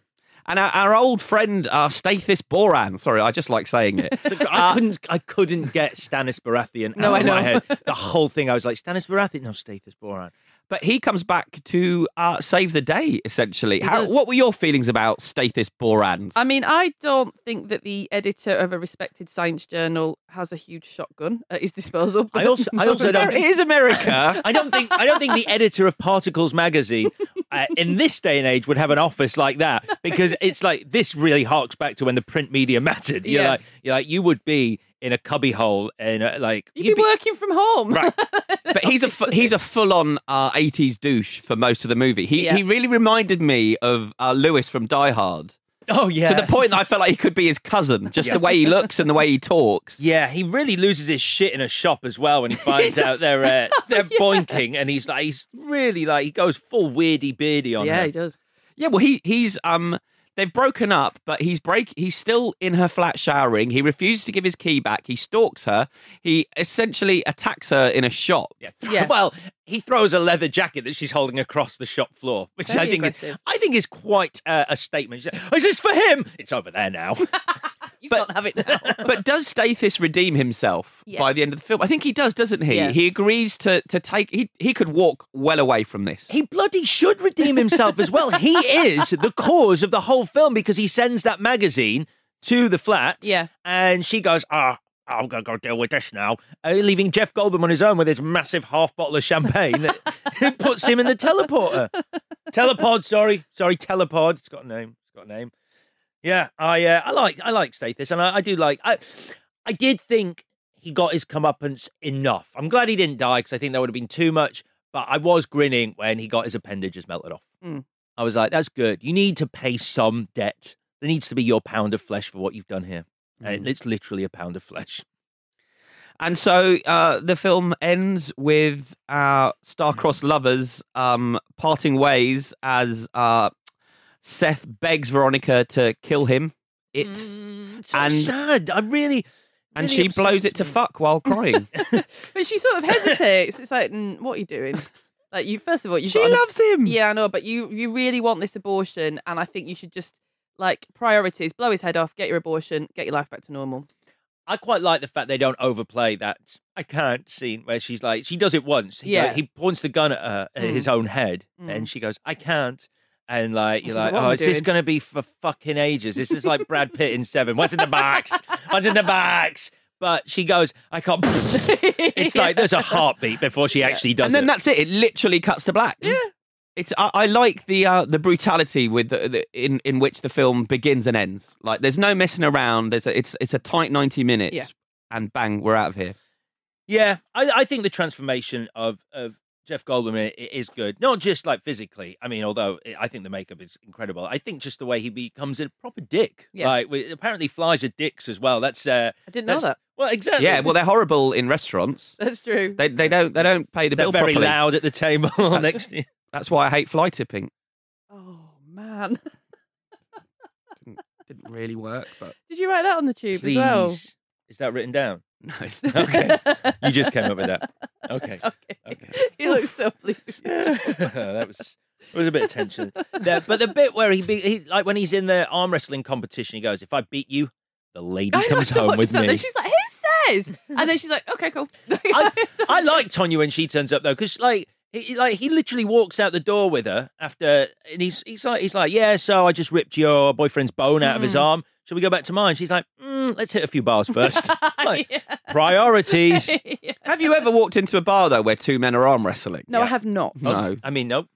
S7: And our, our old friend uh, Stathis Boran. Sorry, I just like saying it.
S2: I couldn't. I couldn't get Stanis Baratheon out
S8: Uh, No, I
S2: of my
S8: know.
S2: head. The whole thing. I was like, Stanis Baratheon. No, Stathis Boran.
S7: but he comes back to uh, save the day, essentially. How,
S8: does.
S7: what were your feelings about Stathis Borans?
S8: I mean, I don't think that the editor of a respected science journal has a huge shotgun at his disposal.
S2: I also. I also don't.
S7: Amer- it is America.
S2: I don't think. I don't think the editor of Particles magazine. Uh, in this day and age, would have an office like that because it's like this really harks back to when the print media mattered. You're
S8: Yeah.
S2: like, you're like, you would be in a cubbyhole in a, like
S8: You'd be, working from home.
S2: Right.
S7: but he's a fu- he's a full on uh, 80s douche for most of the movie. He
S8: Yeah.
S7: he really reminded me of uh, Lewis from Die Hard
S2: Oh yeah.
S7: to the point that I felt like he could be his cousin, just the way he looks and the way he talks.
S2: Yeah, he really loses his shit in a shop as well when he finds out they're uh, they're boinking, and he's like, he's really like, he goes full weirdy beardy on
S8: yeah,
S2: her.
S8: he does.
S7: Yeah, well, he he's um they've broken up, but he's break he's still in her flat showering. He refuses to give his key back. He stalks her. He essentially attacks her in a shop.
S2: Yeah.
S8: Yeah.
S2: Well, he throws a leather jacket that she's holding across the shop floor, which
S8: Very
S2: I think is,
S8: aggressive.
S2: I think is quite uh, a statement. She's like, is this for him? It's over there now.
S6: you can't have it now.
S7: but does Stathis redeem himself
S6: Yes.
S7: by the end of the film? I think he does, doesn't he?
S2: Yes.
S7: He agrees to to take. He he could walk well away from this.
S2: He bloody should redeem himself as well. He is the cause of the whole film because he sends that magazine to the flat.
S6: Yeah.
S2: And she goes, ah. I'm gonna go deal with this now, uh, leaving Jeff Goldblum on his own with his massive half bottle of champagne that puts him in the teleporter. Telepod, sorry, sorry, telepod. It's got a name. It's got a name. Yeah, I uh, I like I like Stathis, and I, I do like I I did think he got his comeuppance enough. I'm glad he didn't die because I think that would have been too much. But I was grinning when he got his appendages melted off.
S6: Mm.
S2: I was like, that's good. You need to pay some debt. There needs to be your pound of flesh for what you've done here. And Uh, it's literally a pound of flesh.
S7: And so uh, the film ends with our star-crossed lovers um, parting ways as uh, Seth begs Veronica to kill him. It
S2: Mm. so sad. I really.
S7: and
S2: really
S7: she blows
S2: upsets
S7: it to
S2: me.
S7: fuck while crying.
S6: But she sort of hesitates. It's like, mm, what are you doing? Like you, first of all, you.
S7: She loves him.
S6: Yeah, I know, but you you really want this abortion, and I think you should just like priorities: blow his head off, get your abortion, get your life back to normal.
S2: I quite like the fact they don't overplay that I can't scene where she's like, she does it once. He,
S6: Yeah.
S2: go- he points the gun at her, at
S6: Mm.
S2: his own head,
S6: Mm.
S2: and she goes, I can't. And like,
S6: She's
S2: you're
S6: like,
S2: like,
S6: "What am
S2: oh,
S6: I
S2: is this
S6: doing?"
S2: going to be for fucking ages? This is like Brad Pitt in Seven. What's in the box? What's in the box? But she goes, I can't. It's like there's a heartbeat before she actually does
S7: and then
S2: it.
S7: that's it. It literally cuts to black. Yeah. It's I, I like the uh, the brutality with the, the, in in which the film begins and ends. Like there's no messing around. There's a, it's it's a tight ninety minutes,
S6: Yeah.
S7: and bang, we're out of here.
S2: Yeah, I, I think the transformation of of Jeff Goldblum i- i- is good. Not just like physically. I mean, although eh, i- I think the makeup is incredible. I think just the way he becomes a proper dick.
S6: Yeah.
S2: Like we, apparently flies are dicks as well. That's uh,
S6: I didn't know
S2: that's-
S6: that.
S2: Well, exactly.
S7: Yeah, well, they're horrible in restaurants.
S6: That's true.
S7: They they don't they don't pay the
S2: they're
S7: bill
S2: very
S7: properly.
S2: loud at the table. next,
S7: That's why I hate fly tipping.
S6: oh man,
S7: Didn't really work, but
S6: did you write that on the tube as
S2: please.
S6: well?
S2: Is that written down?
S7: no. It's
S2: Okay, you just came up with that. Okay,
S6: Okay.
S2: okay.
S6: He looks so pleased with you.
S2: that was it was a bit of tension there. But the bit where he, be, he like when he's in the arm wrestling competition, he goes, "If I beat you, the lady
S6: I know,
S2: comes
S6: I don't
S2: home with
S6: understand
S2: me."
S6: that. She's like, who says? And then she's like, okay, cool.
S2: I, I like Tonya when she turns up though, because like. He, he- like he literally walks out the door with her after, and he's he's like he's like yeah. So I just ripped your boyfriend's bone out of
S6: Mm.
S2: his arm. Shall we go back to mine? She's like, mm, let's hit a few bars first. like, Priorities.
S7: Have you ever walked into a bar though where two men are arm wrestling?
S6: no, I have not.
S7: No.
S2: I mean nope.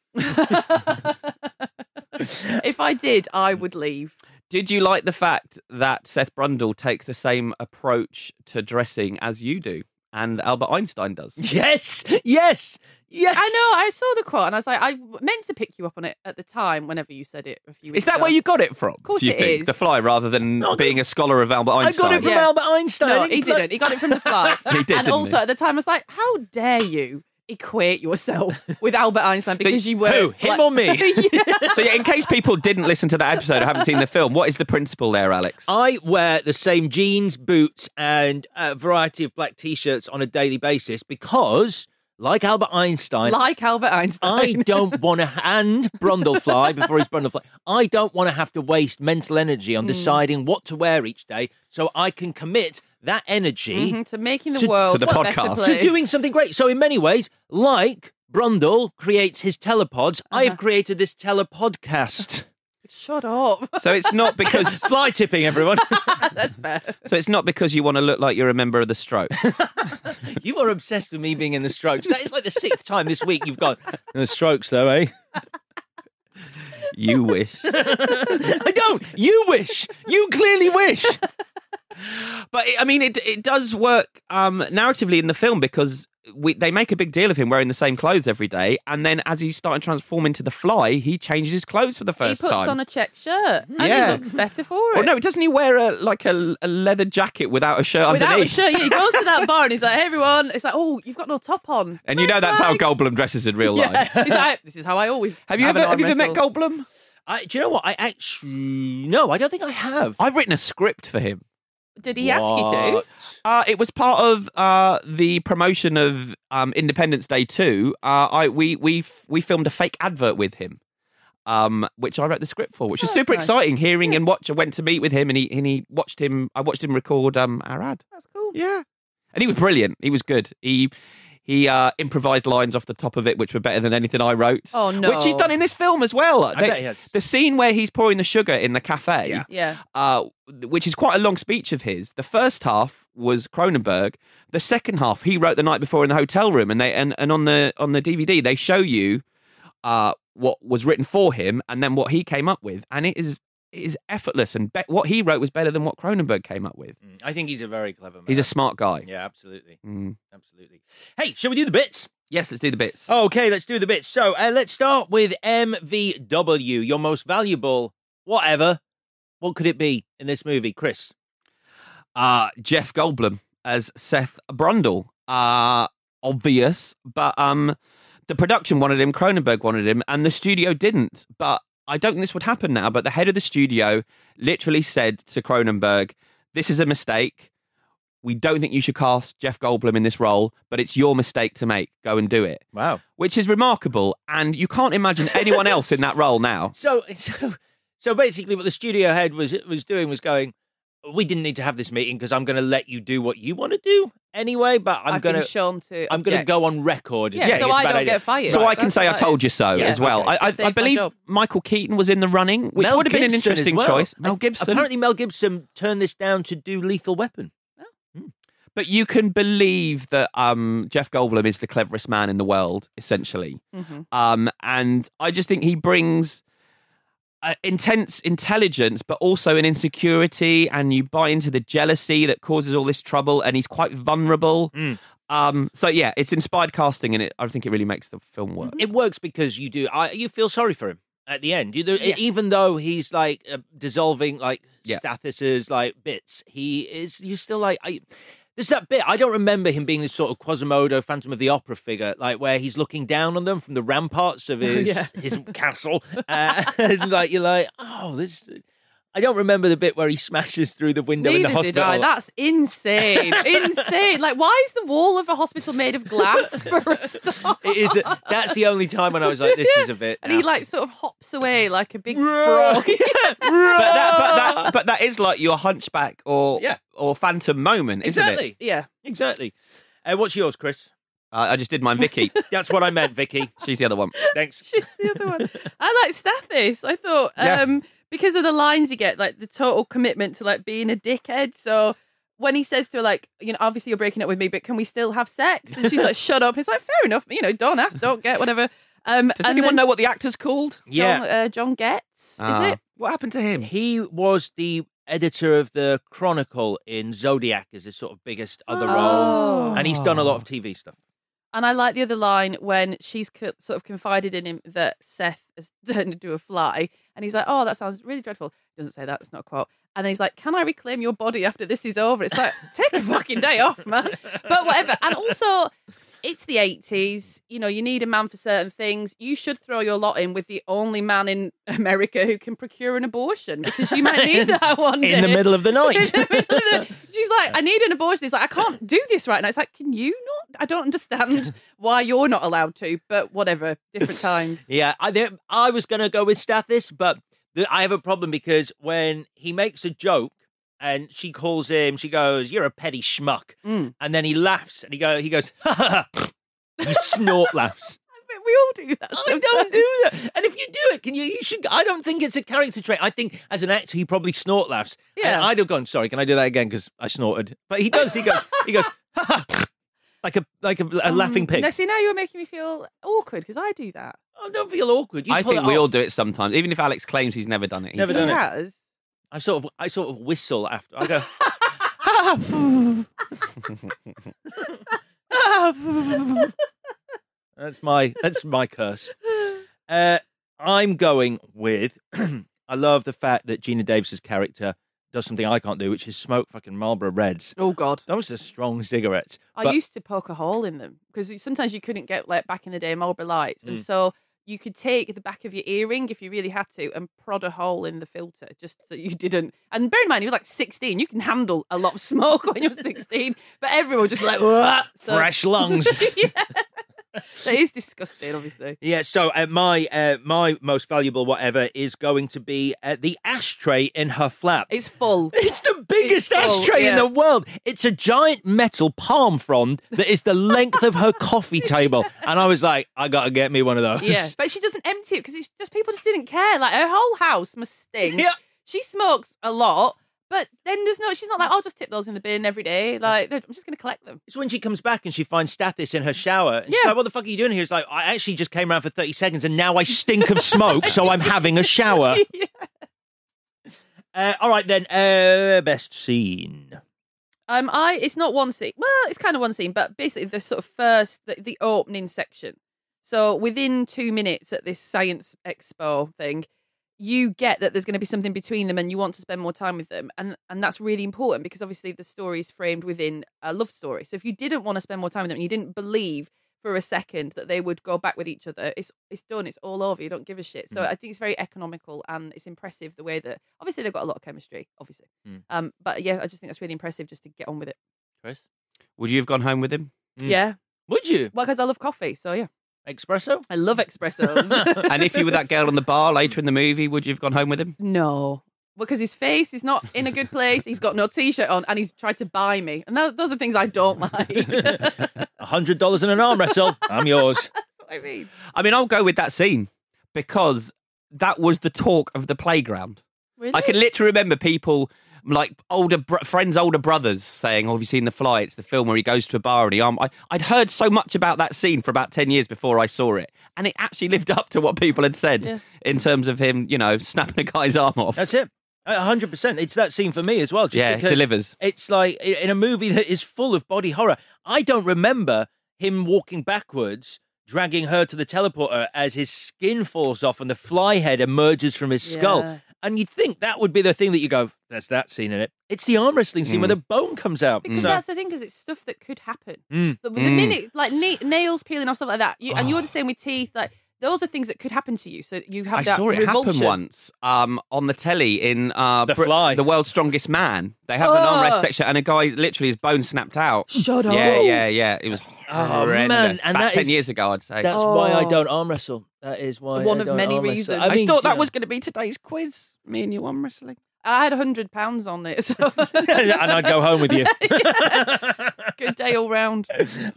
S6: If I did, I would leave.
S7: Did you like the fact that Seth Brundle takes the same approach to dressing as you do and Albert Einstein does?
S2: Yes, yes, yes.
S6: I know. I saw the quote and I was like, I meant to pick you up on it at the time. Whenever you said it a few weeks.
S7: Is that
S6: ago.
S7: where you got it from? Of
S6: course
S7: do you
S6: it
S7: think?
S6: is.
S7: The fly rather than
S2: No, I got
S7: being
S2: it-
S7: a scholar of Albert
S2: I
S7: Einstein.
S2: got it from
S6: Yeah.
S2: Albert Einstein.
S6: No,
S2: I
S6: he
S2: didn't pla-
S6: didn't. He got it from the fly.
S7: He did,
S6: And
S7: didn't
S6: also
S7: he?
S6: at the time, I was like, how dare you equate yourself with Albert Einstein because you were
S2: who, him
S6: like-
S2: or me?
S6: Yeah.
S7: So yeah, in case people didn't listen to that episode or haven't seen the film, what is the principle there, Alex?
S2: I wear the same jeans, boots, and a variety of black t shirts on a daily basis because, like Albert Einstein,
S6: Like Albert
S2: I
S6: Einstein.
S2: don't want to, and Brundlefly before he's Brundlefly, I don't want to have to waste mental energy on deciding what to wear each day so I can commit that energy
S6: Mhm, to making the
S2: To-
S6: world
S7: to the
S6: a better
S7: podcast. To
S6: place.
S2: to doing something great. So, in many ways, like Brundle creates his telepods, I have created this telepodcast.
S6: Shut up.
S7: So it's not because
S2: Fly tipping, everyone.
S6: That's fair.
S7: so it's not because you want to look like you're a member of the Strokes.
S2: You are obsessed with me being in the strokes. That is like the sixth time this week you've gone. The strokes, though, eh?
S7: You wish.
S2: I don't. You wish. You clearly wish.
S7: But it, I mean, it it does work um, narratively in the film because we, they make a big deal of him wearing the same clothes every day, and then as he's starting to transform into the fly, he changes his clothes for the
S6: He
S7: first
S6: puts
S7: time.
S6: on a check shirt and
S7: Yeah.
S6: he looks better for it.
S7: Well, no, doesn't he wear a like a, a leather jacket without a shirt
S6: Without
S7: underneath?
S6: a shirt, yeah, he goes to that bar and he's like, "Hey, everyone!" It's like, "Oh, you've got no top on."
S7: And you know that's how Goldblum dresses in real
S6: Yeah.
S7: life.
S6: He's like, "This is how I always."
S7: Have you
S6: have
S7: ever
S6: an
S7: have you
S6: arm
S7: ever met
S6: wrestle."
S7: Goldblum?
S2: I, do you know what? I actually no. I don't think I have.
S7: I've written a script for him.
S6: Did he ask you to?
S7: Uh, it was part of uh, the promotion of um, Independence Day 2. Uh, I we we f- we filmed a fake advert with him. um, which I wrote the script for, which
S6: Oh,
S7: was super
S6: that's nice.
S7: exciting hearing and watch. I went to meet with him and he and he watched him. I watched him record um, our ad.
S6: That's cool.
S7: Yeah, and he was brilliant. He was good. He he uh, improvised lines off the top of it, which were better than anything I wrote.
S6: Oh, no.
S7: which he's done in this film as well.
S2: I
S7: They-
S2: bet he has.
S7: The scene where he's pouring the sugar in the cafe,
S2: Yeah.
S6: Yeah.
S7: uh, which is quite a long speech of his. The first half was Cronenberg. The second half he wrote the night before in the hotel room, and they and, and on the on the DVD they show you uh, what was written for him and then what he came up with, and it is it is effortless. And be- what he wrote was better than what Cronenberg came up with.
S2: Mm, I think he's a very clever man.
S7: He's a smart guy.
S2: Yeah, absolutely.
S7: Mm.
S2: Absolutely. Hey, shall we do the bits?
S7: Yes, let's do the bits.
S2: Okay, let's do the bits. So uh, let's start with MVW, your most valuable whatever. What could it be in this movie, Chris?
S7: uh, Jeff Goldblum as Seth Brundle. Uh, obvious, but um, the production wanted him, Cronenberg wanted him, and the studio didn't. But I don't think this would happen now. But the head of the studio literally said to Cronenberg, This is a mistake. We don't think you should cast Jeff Goldblum in this role, but it's your mistake to make. Go and do it.
S2: Wow.
S7: Which is remarkable. And you can't imagine anyone else in that role now.
S2: So, so, so basically, what the studio head was was doing was going, we didn't need to have this meeting because I'm going to let you do what you want to do anyway. But I'm
S6: I've
S2: going
S6: been shown to.
S2: I'm going to
S6: object.
S2: go on record. as
S6: Yeah,
S2: saying
S6: so
S2: it's a
S6: I
S2: bad
S6: don't
S2: idea.
S6: get fired.
S7: So
S6: Right,
S7: I can
S6: that's
S7: say I
S6: what that
S7: told
S6: is.
S7: you so
S2: Yeah,
S7: as well.
S2: okay.
S7: I, I,
S6: Save
S7: I
S6: my
S7: believe
S6: job.
S7: Michael Keaton was in the running, which
S2: Mel
S7: would have been an
S2: Gibson as
S7: interesting
S2: well.
S7: choice.
S2: I-
S7: Mel Gibson.
S2: Apparently, Mel Gibson turned this down to do Lethal Weapon.
S7: But you can believe that um, Jeff Goldblum is the cleverest man in the world, essentially.
S2: Mm-hmm.
S6: Mhm.
S7: Um, and I just think he brings uh, intense intelligence, but also an insecurity, and you buy into the jealousy that causes all this trouble, and he's quite vulnerable.
S2: Mm.
S7: Um, so yeah, it's inspired casting, and it, I think it really makes the film
S6: Hmm.
S7: work.
S2: It works because you do. I, you feel sorry for him at the end. You do, even though he's like uh, dissolving like
S7: Yeah.
S2: Stathis's like bits. He is. You're still like. I, there's that bit. I don't remember him being this sort of Quasimodo, Phantom of the Opera figure, like where he's looking down on them from the ramparts of his
S6: Yeah.
S2: his castle. Uh, and, like you're like, oh, this. I don't remember the bit where he smashes through the window in the
S6: Neither did
S2: hospital.
S6: I. That's insane. insane. Like, why is the wall of a hospital made of glass for a start?
S2: it is. that's the only time when I was like, this is a bit.
S6: And he
S2: nah.
S6: like sort of hops away like a big frog.
S7: but that, but that, but that is like your hunchback or
S2: Yeah.
S7: or phantom moment, isn't
S2: exactly.
S7: it?
S6: yeah.
S2: Exactly. Uh, what's yours, Chris?
S7: Uh, I just did mine, Vicky.
S2: That's what I meant, Vicky.
S7: She's the other one.
S2: Thanks.
S6: She's the other one. I like Stathis. I thought
S7: Yeah.
S6: um, because of the lines you get, like the total commitment to like being a dickhead. So when he says to her, like, you know, obviously you're breaking up with me, but can we still have sex? And she's like, shut up. It's like, fair enough. You know, don't ask, don't get, whatever. Um,
S7: Does anyone know what the actor's called?
S6: John,
S2: Yeah,
S6: uh, John Getz,
S7: Ah.
S6: is it?
S7: What happened to him?
S2: he was the editor of the Chronicle in Zodiac as his sort of biggest other
S6: Oh.
S2: role, and he's done a lot
S7: Oh.
S2: of TV stuff.
S6: And I like the other line when she's co- sort of confided in him that Seth has turned into a fly. And he's like, oh, that sounds really dreadful. He doesn't say that. It's not a quote. And then he's like, can I reclaim your body after this is over? It's like, take a fucking day off, man. But whatever. And also, it's the 80s. You know, you need a man for certain things. You should throw your lot in with the only man in America who can procure an abortion because you might need that one
S2: In the
S6: day.
S2: middle of the night.
S6: She's like, I need an abortion. He's like, I can't do this right now. It's like, can you not? I don't understand why you're not allowed to, but whatever, different times.
S2: yeah, I think I was going to go with Stathis, but th- I have a problem because when he makes a joke and she calls him, she goes, "You're a petty schmuck,"
S6: Mm.
S2: and then he laughs and he go, he goes, "Ha ha ha." He snort laughs.
S6: But we all do that.
S2: I don't do that. And if you do it, can you? You should. I don't think it's a character trait. I think as an actor, he probably snort laughs.
S6: Yeah.
S2: And I'd have gone. Sorry, can I do that again? Because I snorted. But he does. He goes. he goes. Ha ha. Like a like a,
S6: Um,
S2: a laughing pig.
S6: Mm. Now, see, now you're making me feel awkward because I do that.
S2: Oh, don't feel awkward. You
S7: I
S2: pull
S7: think
S2: it
S7: we all
S2: off.
S7: do it sometimes. Even if Alex claims he's never done it. he's
S2: Never
S7: done
S2: done it.
S6: Yes.
S2: I sort of I sort of whistle after. I go. that's my that's my curse. Uh, I'm going with. I love the fact that Gina Davis's character does something I can't do, which is smoke fucking Marlboro Reds.
S6: Oh, God.
S2: Those are strong cigarettes.
S6: I
S2: But-
S6: used to poke a hole in them because sometimes you couldn't get, like, back in the day, Marlboro lights. And so you could take the back of your earring if you really had to and prod a hole in the filter just so you didn't. And bear in mind, you're like 16. You can handle a lot of smoke when you're 16, but everyone just like, "Wah." so
S2: fresh lungs.
S6: that is disgusting, obviously.
S2: Yeah. So uh, my uh, my most valuable whatever is going to be uh, the ashtray in her flat.
S6: It's full.
S2: It's the biggest
S6: It's full,
S2: ashtray in
S6: yeah.
S2: the world. It's a giant metal palm frond that is the length of her coffee table. And I was like, I gotta get me one of those.
S6: Yeah, but she doesn't empty it because it's just people just didn't care. Like her whole house must stink.
S2: Yeah.
S6: She smokes a lot, but then there's no. She's not like I'll just tip those in the bin every day. Like I'm just going to collect them.
S2: It's when she comes back and she finds Stathis in her shower. And she's
S6: Yeah.
S2: like, what the fuck are you doing here? It's like, I actually just came around for 30 seconds and now I stink of smoke, so I'm having a shower. Uh, all right, then. Uh, best scene.
S6: Um, I it's not one scene. Well, it's kind of one scene, but basically the sort of first the, the opening section. So within two minutes at this science expo thing, you get that there's going to be something between them, and you want to spend more time with them, and and that's really important because obviously the story is framed within a love story. So if you didn't want to spend more time with them, and you didn't believe for a second that they would go back with each other, it's it's done. It's all over. You don't give a shit. So I think it's very economical and it's impressive the way that obviously they've got a lot of chemistry, obviously.
S7: Mm.
S6: Um, but yeah, I just think that's really impressive just to get on with it.
S2: Chris?
S7: Would you have gone home with him? Mm.
S6: Yeah.
S2: Would you?
S6: Well, because I love coffee, so yeah.
S2: Espresso?
S6: I love espressos.
S7: and if you were that girl on the bar later in the movie, would you have gone home with him?
S6: no. Because his face is not in a good place. He's got no t-shirt on, and he's tried to buy me. And tho- those are things I don't like. That's
S2: $100 in an arm wrestle. I'm yours.
S6: what I mean.
S7: I mean, I'll go with that scene because that was the talk of the playground.
S6: Really?
S7: I can literally remember people like older br- friends, older brothers saying, "Oh, have you seen the fly? It's the film where he goes to a bar and he arm." I, I'd heard so much about that scene for about ten years before I saw it, and it actually lived up to what people had said
S6: Yeah.
S7: in terms of him, you know, snapping a guy's arm off.
S2: That's it. A hundred percent. It's that scene for me as well. Just
S7: Yeah, it
S2: because
S7: delivers.
S2: It's like i- in a movie that is full of body horror. I don't remember him walking backwards, dragging her to the teleporter as his skin falls off and the fly head emerges from his
S6: Yeah.
S2: skull. And you'd think that would be the thing that you go, "There's that scene in it." It's the arm wrestling scene where
S7: Mm.
S2: the bone comes out.
S6: Because
S2: So-
S6: that's the thing, because it's stuff that could happen.
S2: Mm.
S6: The, the
S7: Mm. Oh.
S6: minute, like na- nails peeling off, stuff like that, you, and you're the same with teeth. Like those are things that could happen to you. So you have
S7: I
S6: that
S7: saw it
S6: revulsion.
S7: happen once um, on the telly in uh,
S2: The Fly.
S7: the World's Strongest Man. They have an arm
S6: Ugh.
S7: rest section, and a guy literally his bone snapped out.
S6: Shut
S7: yeah,
S6: up.
S7: yeah, yeah. It was
S2: Oh,
S7: horrendous.
S2: man, and
S7: About
S2: that
S7: ten
S2: is-
S7: years ago, I'd say.
S2: That's why I
S6: Oh.
S2: don't arm wrestle. That is why
S6: One
S2: I
S6: of
S2: don't
S6: many
S2: arm wrestle.
S6: reasons.
S7: I,
S6: I
S7: thought
S2: you
S7: that
S2: know.
S7: was going to be today's quiz. Me and you arm wrestling.
S6: I had hundred pounds on it, so
S2: and I'd go home with you.
S6: good day all round.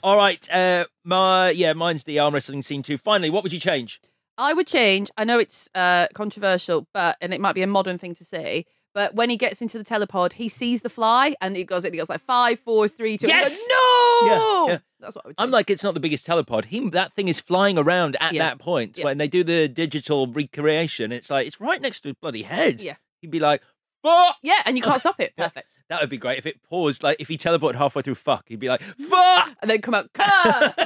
S2: All right, uh, my yeah, mine's the arm wrestling scene too. Finally, what would you change?
S6: I would change. I know it's uh, controversial, but and it might be a modern thing to say. But when he gets into the telepod, he sees the fly and it goes. It goes like five, four, three, two. and he
S2: Yes!
S6: goes, no.
S2: Yeah, yeah.
S6: That's what I would.
S2: I'm
S6: change.
S2: like, it's not the biggest telepod. He that thing is flying around at
S6: Yeah.
S2: that point
S6: Yeah.
S2: when they do the digital recreation. It's like it's right next to his bloody head.
S6: Yeah.
S2: he'd be like, "Fuck!"
S6: Yeah, and you can't stop it. Perfect.
S2: That would be great if it paused. Like if he teleported halfway through, fuck, he'd be like, "Fuck,
S6: And then come out. "Car!"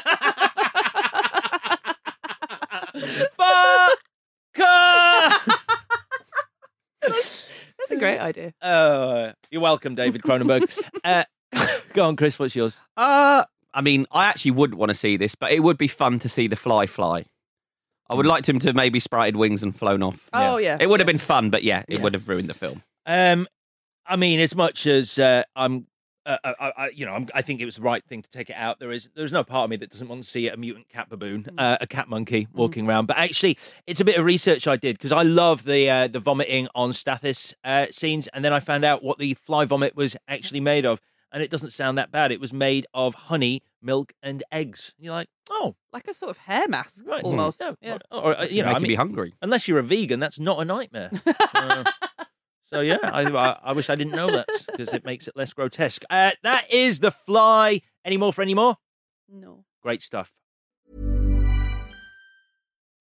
S2: fuck." cuck."
S6: That's a great idea.
S2: Oh, you're welcome, David Cronenberg. uh, go on, Chris. What's yours?
S7: Uh, I mean, I actually would want to see this, but it would be fun to see the fly fly. I would like him to maybe sprouted wings and flown off.
S6: Oh, yeah.
S7: It would have
S6: Yeah.
S7: been fun, but yeah, it
S6: Yeah.
S7: would have ruined the film.
S2: Um, I mean, as much as uh, I'm, uh, I, I, you know, I'm, I think it was the right thing to take it out. There is, there's no part of me that doesn't want to see a mutant cat baboon, uh, a cat monkey walking around. But actually, it's a bit of research I did because I love the uh, the vomiting on Stathis uh, scenes, and then I found out what the fly vomit was actually made of, and it doesn't sound that bad. It was made of honey, milk, and eggs. And you're like, oh,
S6: Like a sort of hair mask
S2: right, hmm,
S6: almost.
S2: yeah,
S6: Yeah.
S2: Or, or, uh, you know,
S7: make
S2: I
S7: you be
S2: mean,
S7: hungry.
S2: unless you're a vegan, that's not a nightmare. So, so, yeah, I, I, I wish I didn't know that because it makes it less grotesque. Uh, that is the fly. Any more for any more?
S6: No.
S2: Great stuff.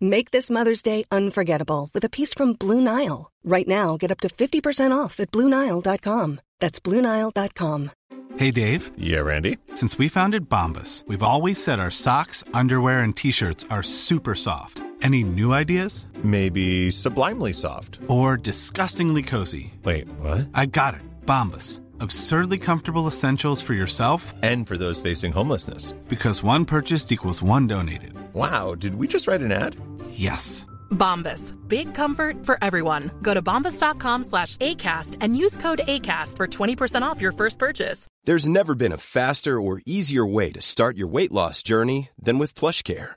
S11: Make this Mother's Day unforgettable with a piece from Blue Nile. Right now, get up to 50% off at BlueNile.com. That's BlueNile.com.
S12: Hey, Dave.
S13: Yeah, Randy.
S12: Since we founded Bombus, we've always said our socks, underwear, and t shirts are super soft. Any new ideas?
S13: Maybe sublimely soft.
S12: Or disgustingly cozy.
S13: Wait, what?
S12: I got it. Bombus. Absurdly comfortable essentials for yourself
S13: and for those facing homelessness.
S12: Because one purchased equals one donated.
S13: Wow, did we just write an ad?
S12: Yes.
S1: Bombas. Big comfort for everyone. Go to bombas.com slash ACAST and use code ACAST for 20% off your first purchase.
S14: There's never been a faster or easier way to start your weight loss journey than with plush care.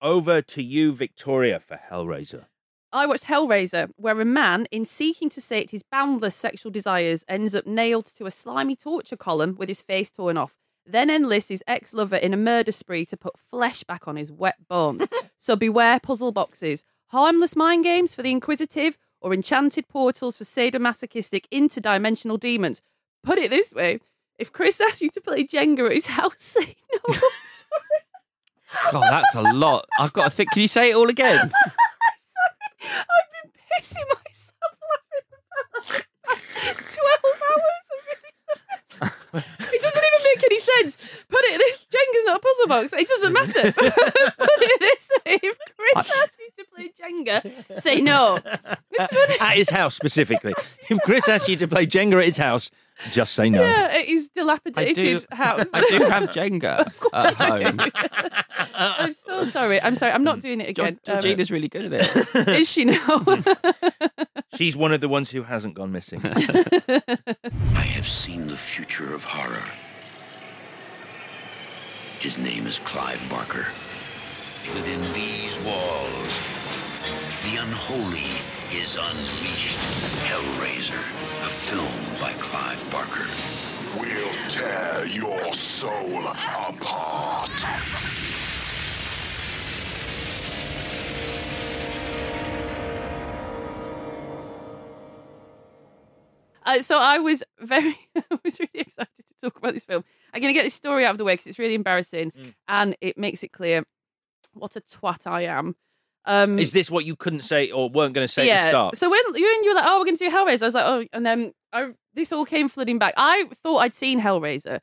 S2: Over to you, Victoria, for Hellraiser.
S6: I watched Hellraiser, where a man, in seeking to sate his boundless sexual desires, ends up nailed to a slimy torture column with his face torn off, then enlists his ex lover in a murder spree to put flesh back on his wet bones. so beware puzzle boxes, harmless mind games for the inquisitive, or enchanted portals for sadomasochistic interdimensional demons. Put it this way if Chris asks you to play Jenga at his house, say no.
S7: God, that's a lot. I've got to think. Can you say it all again?
S6: I'm sorry. I've been pissing myself laughing about that. 12 hours. I'm really sorry. It doesn't even make any sense. Put it this Jenga's not a puzzle box. It doesn't matter. Put it this way. If Chris asks you to play Jenga, say no. It's funny.
S2: At his house, specifically. If Chris asks you to play Jenga at his house, just say no.
S6: Yeah, it is dilapidated house.
S7: I do have Jenga at home.
S6: I'm so sorry. I'm sorry. I'm not doing it again.
S7: Jo- Georgina's really good at it.
S6: Um, is she now?
S2: She's one of the ones who hasn't gone missing.
S15: I have seen the future of horror. His name is Clive Barker. Within these walls, the unholy is unleashed. Hellraiser, a film by Clive Barker.
S5: We'll tear your soul apart.
S6: Uh, so I was very, I was really excited to talk about this film. I'm going to get this story out of the way because it's really embarrassing, and it makes it clear what a twat I am. Um,
S2: Is this what you couldn't say or weren't going to say at
S6: yeah.
S2: the start?
S6: So when you and you were like, "Oh, we're going to do Hellraiser," I was like, "Oh," and then I, this all came flooding back. I thought I'd seen Hellraiser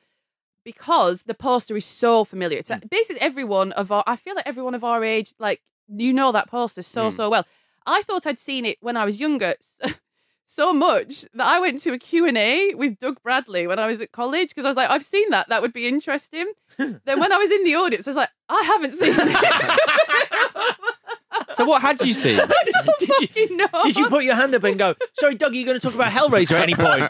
S6: because the poster is so familiar.
S2: Hmm.
S6: It's basically everyone of our. I feel like everyone of our age, like you know that poster so
S2: Hmm.
S6: so well. I thought I'd seen it when I was younger. So much that I went to a Q&A with Doug Bradley when I was at college because I was like, I've seen that. That would be interesting. then when I was in the audience, I was like, I haven't seen this.
S7: So what had you seen?
S2: did, you, did you put your hand up and go, sorry, Doug, are you going to talk about Hellraiser at any point?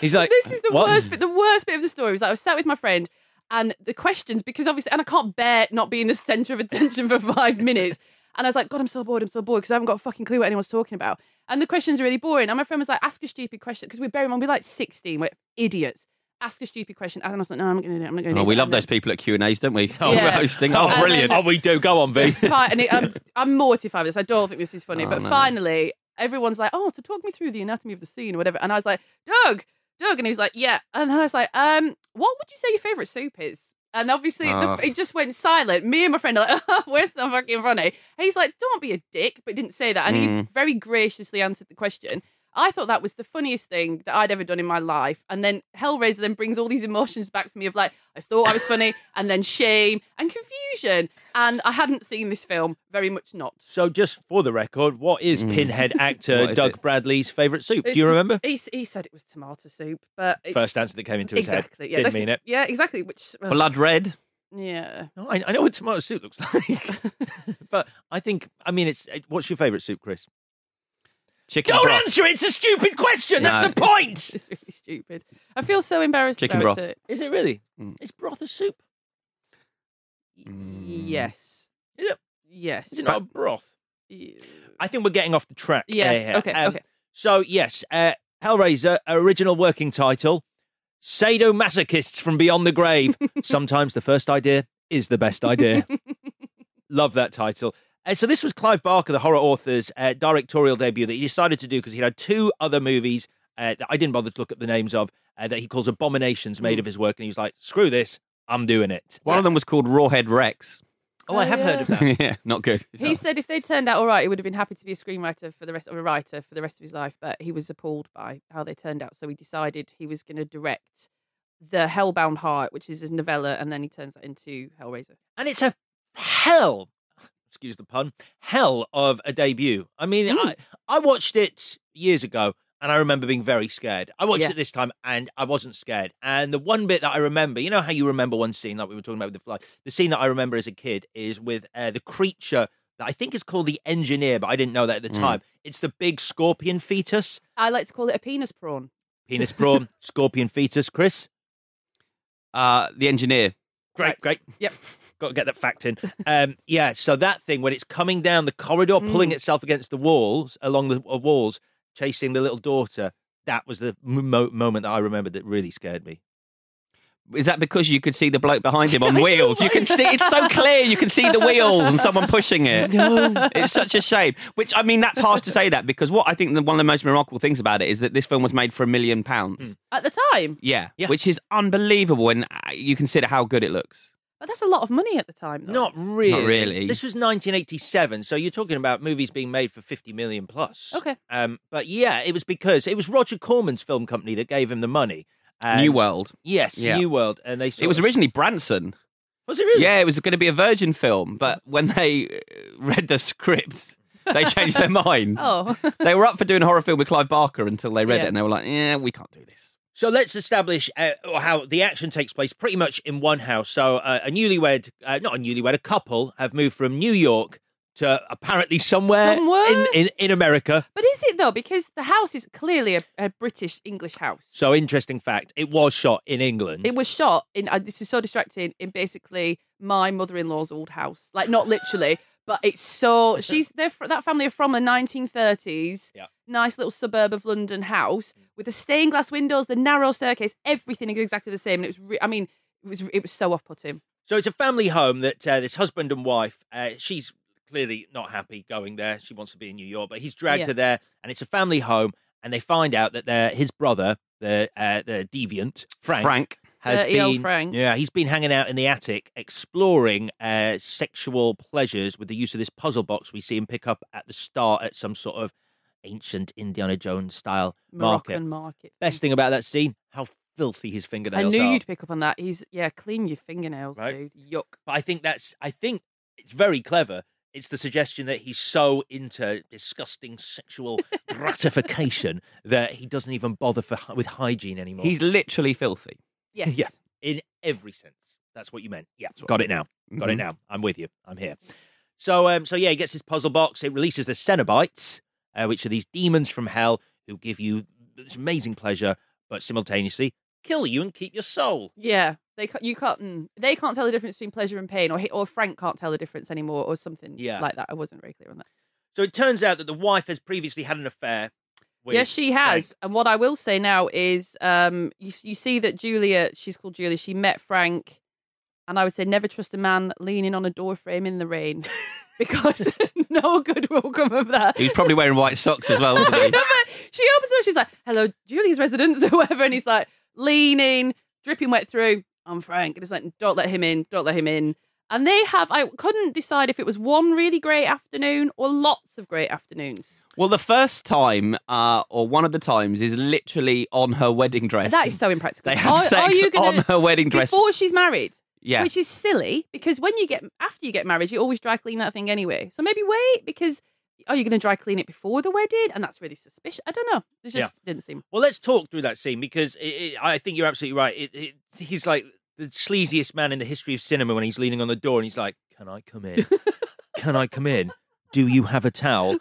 S2: He's like,
S6: this is the
S2: "What?"
S6: worst bit. The worst bit of the story was that I was sat with my friend, and the questions because obviously, and I can't bear not being the centre of attention for five minutes. And I was like, God, I'm so bored. I'm so bored because I haven't got a fucking clue what anyone's talking about. And the questions are really boring. And my friend was like, ask a stupid question because we're bearing on we're like 16, we're idiots. Ask a stupid question. And I was like, no, I'm not going to do it. I'm not going to.
S7: Oh,
S6: do
S7: we
S6: this."
S7: love
S6: And then-
S7: those people at Q and A's, don't we? Oh,
S6: Yeah.
S7: we're hosting.
S6: Oh,
S7: Oh,
S6: And
S7: brilliant.
S6: then-
S2: Oh, we do. Go on, V.
S6: Fi- and it, I'm, I'm mortified with this. I don't think this is funny.
S7: Oh,
S6: but
S7: no.
S6: finally, everyone's like, oh, so talk me through the anatomy of the scene or whatever. And I was like, Doug, Doug, and he was like, yeah. And then I was like, um, what would you say your favourite soup is? And obviously,
S2: Ah.
S7: Oh.
S6: the, it just went silent. Me and my friend are like, "Oh, where's the fucking funny? And he's like, don't be a dick, but didn't say that. And
S2: Hmm.
S6: he
S7: Mm.
S6: very graciously answered the question. I thought that was the funniest thing that I'd ever done in my life. And then Hellraiser then brings all these emotions back for me of like, I thought I was funny, and then shame and confusion. And I hadn't seen this film, very much not.
S2: So, just for the record, what is Pinhead
S7: Mm. What
S2: actor
S7: is
S2: Doug Bradley's favourite soup?
S6: It's-
S2: Do you remember?
S6: He, s- he said it was tomato soup, but it's,
S2: First answer that came into his
S6: exactly,
S2: head.
S6: Yeah,
S2: Didn't
S6: that's- Oh.
S2: mean it.
S6: Yeah, exactly. Which well,
S7: Blood red.
S6: Yeah.
S2: No, I, I know what tomato soup looks like, but I think I mean it's. it- What's your favourite soup, Chris?
S7: Chicken
S2: Don't
S7: broth.
S2: answer it. It's a stupid question. That's
S7: No.
S2: the point.
S6: It's really stupid. I feel so embarrassed
S7: Chicken
S6: about
S7: broth.
S6: it.
S2: Is it really?
S7: Mm.
S2: Is broth a soup?
S6: Yes.
S2: Is it?
S6: Yes.
S2: Is it not a broth? I think we're getting off the track.
S6: Yeah,
S2: here. Um,
S6: okay, okay.
S2: So yes, uh, Hellraiser original working title: Sadomasochists from Beyond the Grave. Sometimes the first idea is the best idea. Love that title. Uh, so this was Clive Barker, the horror author's uh, directorial debut that he decided to do because he had two other movies uh, that I didn't bother to look up the names of uh, that he calls abominations made of his work, and he was like, "Screw this, I'm doing it."
S7: One of them was called Rawhead Rex.
S2: Oh, I
S6: Oh,
S2: have heard
S6: yeah.
S2: of that.
S7: yeah, not good.
S6: He said if they turned out all right, he would have been happy to be a screenwriter for the rest, or a writer for the rest of his life. But he was appalled by how they turned out, so he decided he was going to direct the Hellbound Heart, which is his novella, and then he turns that into Hellraiser.
S2: and it's a hell excuse the pun hell of a debut i mean I, I watched it years ago and i remember being very scared i watched
S6: Yeah.
S2: it this time and i wasn't scared and the one bit that i remember you know how you remember one scene like we were talking about with the fly the scene that i remember as a kid is with uh, the creature that i think is called the engineer but i didn't know that at the
S7: Mm.
S2: time it's the big scorpion fetus
S6: I like to call it a penis prawn.
S2: penis prawn scorpion fetus chris
S7: Uh, the engineer.
S2: great
S6: Right.
S2: great
S6: Yep.
S2: Got to get that fact in. Um, yeah, so that thing when it's coming down the corridor,
S6: Mm.
S2: pulling itself against the walls, along the uh, walls, chasing the little daughter. That was the mo- moment that I remembered that really scared me.
S7: Is that because you could see the bloke behind him on wheels? You can see it's so clear. You can see the wheels and someone pushing it.
S2: No.
S7: It's such a shame. Which I mean, that's harsh to say that because what I think the, one of the most remarkable things about it is that this film was made for a million pounds.
S6: At the time,
S7: Yeah,
S2: Yeah.
S7: which is unbelievable when uh, you consider how good it looks.
S6: but that's a lot of money at the time. Though.
S2: Not really.
S7: really.
S2: This was 1987, so you're talking about movies being made for 50 million plus.
S6: Okay.
S2: Um, but yeah, it was because it was Roger Corman's film company that gave him the money. And-
S7: New World.
S2: Yes,
S7: Yeah.
S2: New World, and they. sort
S7: It was
S2: of-
S7: originally Branson.
S2: Was it really?
S7: Yeah, it was going to be a Virgin film, but when they uh, read the script, they changed their mind.
S6: Oh,
S7: They were up for doing a horror film with Clive Barker until they read
S6: Yeah.
S7: it and they were like, "Yeah, we can't do this."
S2: So let's establish uh, how the action takes place pretty much in one house. So uh, a newlywed, uh, not a newlywed, a couple have moved from New York to apparently somewhere,
S6: Somewhere?
S2: In, in, in America.
S6: but is it though? Because the house is clearly a, a British English house.
S2: So interesting fact, it was shot in England.
S6: It was shot in. Uh, this is so distracting. In basically my mother-in-law's old house, like not literally, but it's so. She's they're fr- that family are from the 1930s.
S2: Yeah. Mm.
S6: Nice little suburb of London house with the stained glass windows, the narrow staircase, everything is exactly the same. And it was. Re- I mean, it was. It was so off-putting.
S2: So it's a family home that uh, this husband and wife, uh, she's clearly not happy going there. She wants to be in New York, but he's dragged
S6: Yeah.
S2: her there, and it's a family home. And they find out that their his brother, the uh, the deviant Frank, has
S6: Dirty old
S2: been
S6: E Frank.
S2: yeah he's been hanging out in the attic exploring uh, sexual pleasures with the use of this puzzle box we see him pick up at the start at some sort of ancient Indiana Jones style market.
S6: Moroccan market.
S2: Best thing about that scene, how filthy his
S6: I
S2: fingernails
S6: knew
S2: are.
S6: you'd pick up on that. He's yeah, clean your fingernails,
S2: Right.
S6: dude. Yuck.
S2: But I think that's I think it's very clever. It's the suggestion that he's so into disgusting sexual gratification that he doesn't even bother for, with hygiene anymore.
S7: He's literally filthy.
S6: Yes.
S2: Yeah. in every sense. That's what you meant. Mm-hmm. Yeah, got it now. Got it
S7: Mhm.
S2: now. I'm with you. I'm here. So, um, so yeah, he gets his puzzle box. It releases the Cenobites, uh, which are these demons from hell who give you this amazing pleasure, but simultaneously kill you and keep your soul.
S6: Yeah, they ca- you can't mm, they can't tell the difference between pleasure and pain, or he, or Frank can't tell the difference anymore, or something
S2: Yeah.
S6: like that. I wasn't very clear on that.
S2: So it turns out that the wife has previously had an affair. With
S6: yes, she has. And what I will say now is, um, you you see that Julia, she's called Julia. She met Frank, and I would say never trust a man leaning on a door frame in the rain. because no good will come of that.
S7: He was probably wearing white socks as well, wasn't
S6: I
S7: he?
S6: know, but she opens up, she's like, hello, Julie's residence or whatever. And he's like, leaning, dripping wet through, I'm Frank. And it's like, don't let him in, don't let him in. And they have, I couldn't decide if it was one really great afternoon or lots of great afternoons.
S7: Well, the first time, uh, or one of the times, is literally on her wedding dress.
S6: That is so impractical.
S7: They have sex on her wedding dress.
S6: Before she's married.
S7: Yeah.
S6: Which is silly because when you get, after you get married, you always dry clean that thing anyway. So maybe wait because are you going to dry clean it before the wedding? And that's really suspicious. I don't know. It just didn't seem.
S2: Well, let's talk through that scene because it, it, I think you're absolutely right. It, it, he's like the sleaziest man in the history of cinema when he's leaning on the door and he's like, "Can I come in? Can I come in? Do you have a towel?"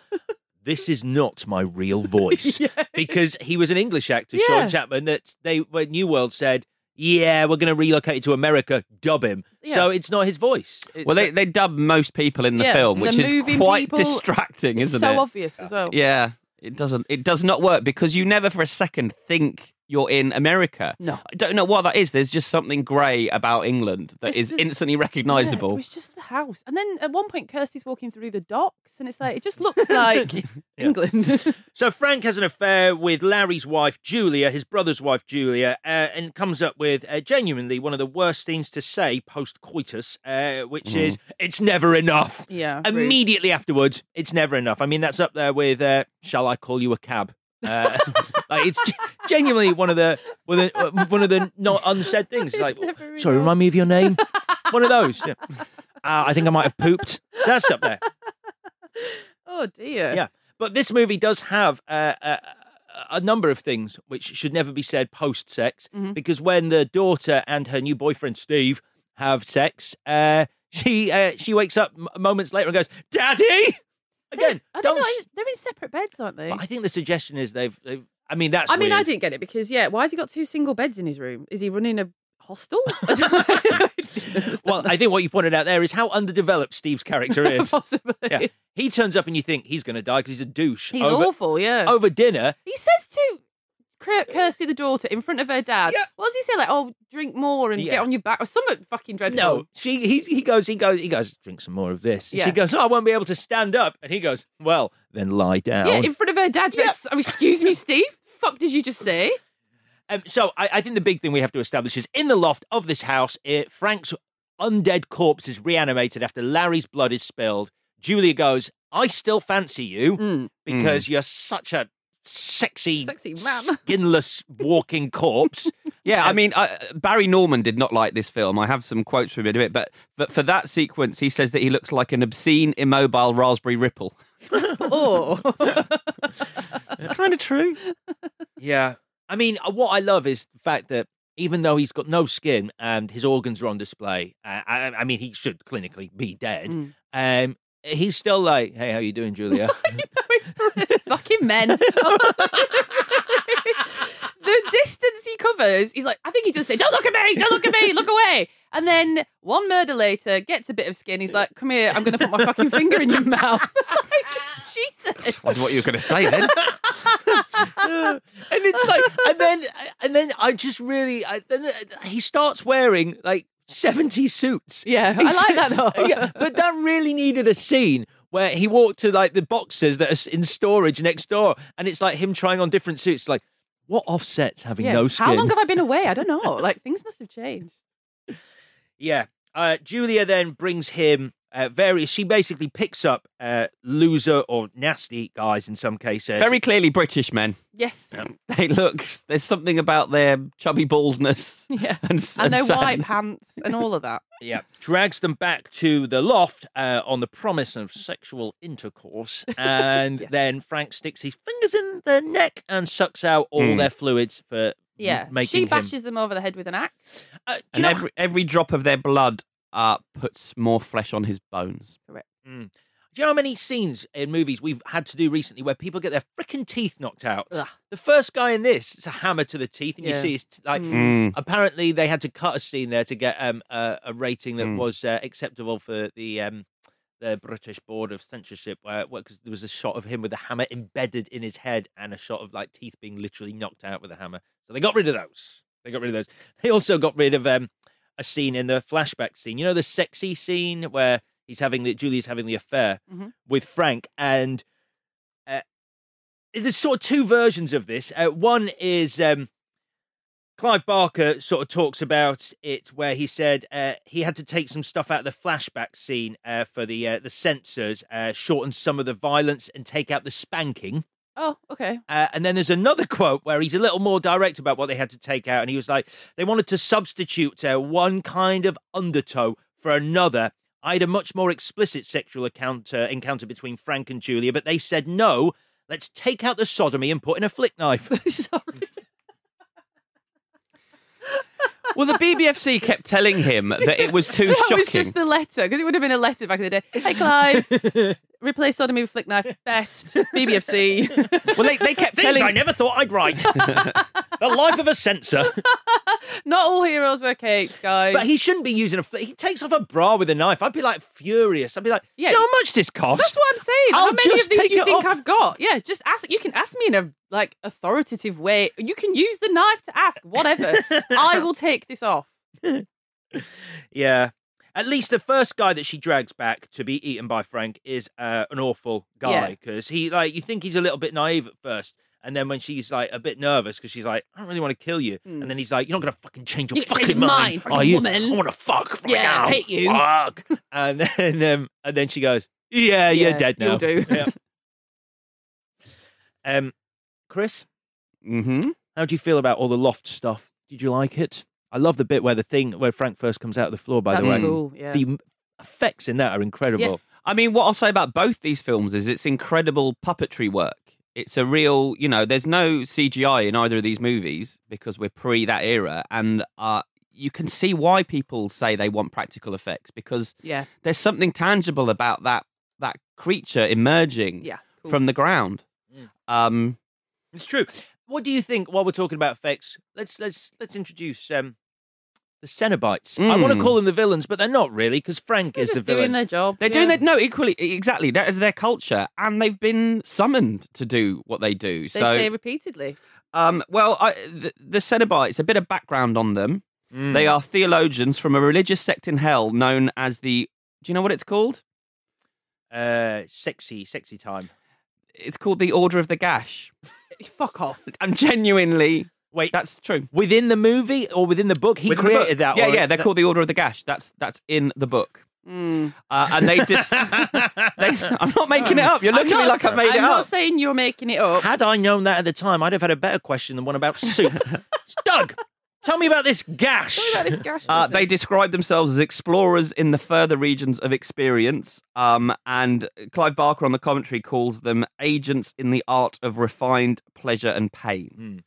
S2: This is not my real voice because he was an English actor,
S6: Yeah.
S2: Sean Chapman. That they when New World said, "Yeah, we're going to relocate to America, dub him." So it's not his voice. It's
S7: Well, they, they dub most people in the
S6: Yeah,
S7: film,
S6: the
S7: which
S6: moving
S7: is quite
S6: people-
S7: distracting,
S6: It's
S7: isn't
S6: so
S7: it?
S6: obvious as well.
S7: Yeah, it doesn't. It does not work because you never for a second think you're in America.
S6: No.
S7: I don't know what that is. There's just something grey about England that
S6: It's
S7: is
S6: just-
S7: instantly
S6: Yeah, it
S7: recognisable.
S6: was just the house. And then at one point, Kirsty's walking through the docks, and it's like, it just looks like England.
S2: So Frank has an affair with Larry's wife Julia, his brother's wife Julia, uh, and comes up with uh, genuinely one of the worst things to say post coitus, uh, which is "It's never enough."
S6: yeah. rude.
S2: Immediately afterwards, it's never enough. I mean, that's up there with uh, "Shall I call you a cab?" Uh, like it's ge- genuinely one of the one of the, uh, one of the not unsaid things. It's like,
S6: never
S2: sorry, remind me of your name. one of those. Yeah. Uh, I think I might have pooped. That's up there.
S6: Oh, dear.
S2: Yeah, but this movie does have uh, a, a number of things which should never be said post sex
S6: Mm-hmm.
S2: because when the daughter and her new boyfriend Steve have sex, uh, she uh, she wakes up m- moments later and goes, "Daddy!" Again,
S6: Are they
S2: don't.
S6: not,
S2: s-
S6: in- they're in separate beds, aren't they?
S2: but I think the suggestion is they've. they've I mean, that's.
S6: I mean, I
S2: weird.
S6: didn't get it because, yeah, why has he got two single beds in his room? Is he running a hostel?
S2: Well, I think what you pointed out there is how underdeveloped Steve's character is.
S6: Possibly.
S2: Yeah. He turns up and you think he's going to die because he's a douche.
S6: He's
S2: over, Oh.
S6: awful, yeah.
S2: Over dinner,
S6: He says to Kir- Kirsty, the daughter, in front of her dad, what does he say? Like, oh, drink more and get
S2: Yeah.
S6: on your back or something fucking dreadful.
S2: No, she he's, he goes he goes he goes drink some more of this. And
S6: Yeah.
S2: She goes, oh, I won't be able to stand up, and he goes, well, then lie down.
S6: Yeah, in front of her dad. But, "Oh, excuse me, Steve. Fuck did you just say?
S2: um, so I, I think the big thing we have to establish is in the loft of this house, eh, Frank's undead corpse is reanimated after Larry's blood is spilled. Julia goes, I still fancy you
S6: Mm,
S2: because you're such a sexy,
S6: Sexy man."
S2: skinless walking corpse.
S7: Yeah, I mean, I, Barry Norman did not like this film. I have some quotes from him in a bit, but, but for that sequence, he says that he looks like an obscene, immobile raspberry ripple.
S6: Oh.
S7: It's kind of true.
S2: Yeah. I mean, uh, what I love is the fact that even though he's got no skin and his organs are on display, uh, I, I mean, he should clinically be dead. Um, he's still like, "Hey, how you doing, Julia?"
S6: Fucking men. the distance he covers, he's like, I think he just said, Don't look at me, don't look at me, look away. And then one murder later gets a bit of skin. He's like, Come here, I'm going to put my fucking finger in your mouth. like, Jesus.
S7: I wonder what you were going to say then.
S2: and it's like, and then, and then I just really, I, then uh, he starts wearing like seventy suits.
S6: Yeah, I
S2: He's-
S6: like that though.
S2: yeah, but that really needed a scene. Where he walked to like the boxes that are s- in storage next door, and it's like him trying on different suits. Like, what offsets having
S6: Yeah.
S2: no skin?
S6: How long have I been away? I don't know. Like, things must have changed.
S2: Yeah. Uh, Julia then brings him uh, various. She basically picks up uh, loser or nasty guys in some cases.
S7: Very clearly British men.
S6: Yes.
S7: They look, there's something about their chubby baldness.
S6: Yeah.
S7: And, s-
S6: and their
S7: sadness.
S6: white pants and all of that.
S2: yeah. Drags them back to the loft uh, on the promise of sexual intercourse, and then Frank sticks his fingers in their neck and sucks out all
S6: Hmm.
S7: Mm.
S2: their fluids for
S6: Yeah.
S2: m- making
S6: she
S2: him-
S6: bashes them over the head with an axe.
S2: Uh, do you
S7: and
S2: know-
S7: every every drop of their blood uh, puts more flesh on his bones.
S2: Mm. Do you know how many scenes in movies we've had to do recently where people get their freaking teeth knocked out?
S6: Ugh.
S2: The first guy in this, it's a hammer to the teeth, and
S6: Yeah.
S2: you see his t- like.
S7: Mm.
S2: Apparently, they had to cut a scene there to get um, a, a rating that
S7: Mm.
S2: was uh, acceptable for the um, the British Board of Censorship, because there was a shot of him with a hammer embedded in his head and a shot of like teeth being literally knocked out with a hammer. So they got rid of those. They got rid of those. They also got rid of um, a scene in the flashback scene. You know the sexy scene where he's having the Julie's having the affair
S8: Mhm.
S2: with Frank, and uh, there's sort of two versions of this. Uh, one is um, Clive Barker sort of talks about it, where he said uh, he had to take some stuff out of the flashback scene uh, for the uh, the censors, uh, shorten some of the violence, and take out the spanking.
S8: Oh, okay.
S2: Uh, and then there's another quote where he's a little more direct about what they had to take out. And he was like, they wanted to substitute uh, one kind of undertow for another. I had a much more explicit sexual encounter, encounter between Frank and Julia, but they said, no, let's take out the sodomy and put in a flick knife.
S7: Well, the BBFC kept telling him that it was too
S8: that
S7: shocking.
S8: was just the letter because it would have been a letter back in the day. Hey, Clive, replace sodomy with flick knife. Best BBFC.
S7: well, they, they kept
S2: Things
S7: telling.
S2: I never thought I'd write. the life of a censor.
S8: Not all heroes wear capes, guys.
S2: But he shouldn't be using a flick. He takes off a bra with a knife. I'd be like furious. I'd be like, yeah,
S8: Yeah.
S2: you know how much this costs?
S8: That's what I'm saying.
S2: I'll
S8: How many
S2: just
S8: of these
S2: take
S8: do you
S2: it
S8: think
S2: off.
S8: I've got? Yeah, just ask. You can ask me in a like authoritative way. You can use the knife to ask. Whatever. I will take this off.
S2: Yeah. At least the first guy that she drags back to be eaten by Frank is uh, an awful guy
S8: Yeah.
S2: because he like you think he's a little bit naive at first, and then when she's like a bit nervous because she's like, I don't really want to kill you, and then he's like, You're not gonna fucking change your
S8: You Hmm.
S2: fucking
S8: change your mind,
S2: mind, are
S8: fucking
S2: you?
S8: woman."
S2: I want to fuck right
S8: Yeah, I
S2: now.
S8: hate you.
S2: Fuck. and then um, and then she goes, Yeah, you're
S8: Yeah,
S2: dead now.
S8: you'll do.
S2: Yeah. um, Chris,
S7: Mm-hmm.
S2: how do you feel about all the loft stuff? Did you like it? I love the bit where the thing where Frank first comes out of the floor. By
S8: That's
S2: the way,
S8: cool. Yeah.
S2: the m- effects in that are incredible.
S7: I mean, what I'll say about both these films is it's incredible puppetry work. It's a real, you know, there's no CGI in either of these movies because we're pre that era, and uh, you can see why people say they want practical effects because
S8: yeah.
S7: there's something tangible about that that creature emerging
S8: Yeah. Cool.
S7: from the ground.
S2: Mm.
S7: Um,
S2: It's true. What do you think? While we're talking about effects, let's let's let's introduce um, the Cenobites. I want to
S7: Mm.
S2: call them the villains, but they're not really because Frank
S8: They're
S2: is the
S8: just
S2: villain.
S8: doing their job.
S7: they're
S8: yeah.
S7: doing that. No, equally, exactly. That is their culture, and they've been summoned to do what they do.
S8: They
S7: so
S8: say repeatedly.
S7: Um, well, I, the, the Cenobites, a bit of background on them.
S2: Mm.
S7: They are theologians from a religious sect in hell known as the. Do you know what it's called?
S2: uh, sexy, sexy time.
S7: It's called the Order of the Gash.
S8: Fuck off.
S7: I'm genuinely.
S2: Wait,
S7: That's true.
S2: within the movie or within the book, he
S7: Within the
S2: created
S7: book.
S2: that.
S7: Yeah,
S2: or-
S7: yeah. They're
S2: that-
S7: called the Order of the Gash. That's that's in the book.
S8: Mm.
S7: Uh, and they just. I'm not making it up. You're looking
S8: I'm
S7: at me
S8: not-
S7: like I've made
S8: I'm
S7: it
S8: not
S7: up.
S8: saying you're making it up.
S2: Had I known that at the time, I'd have had a better question than one about soup. Doug, tell me about this gash.
S8: What about this gash?
S7: Uh, they
S8: business?
S7: describe themselves as explorers in the further regions of experience, um, and Clive Barker on the commentary calls them agents in the art of refined pleasure and pain.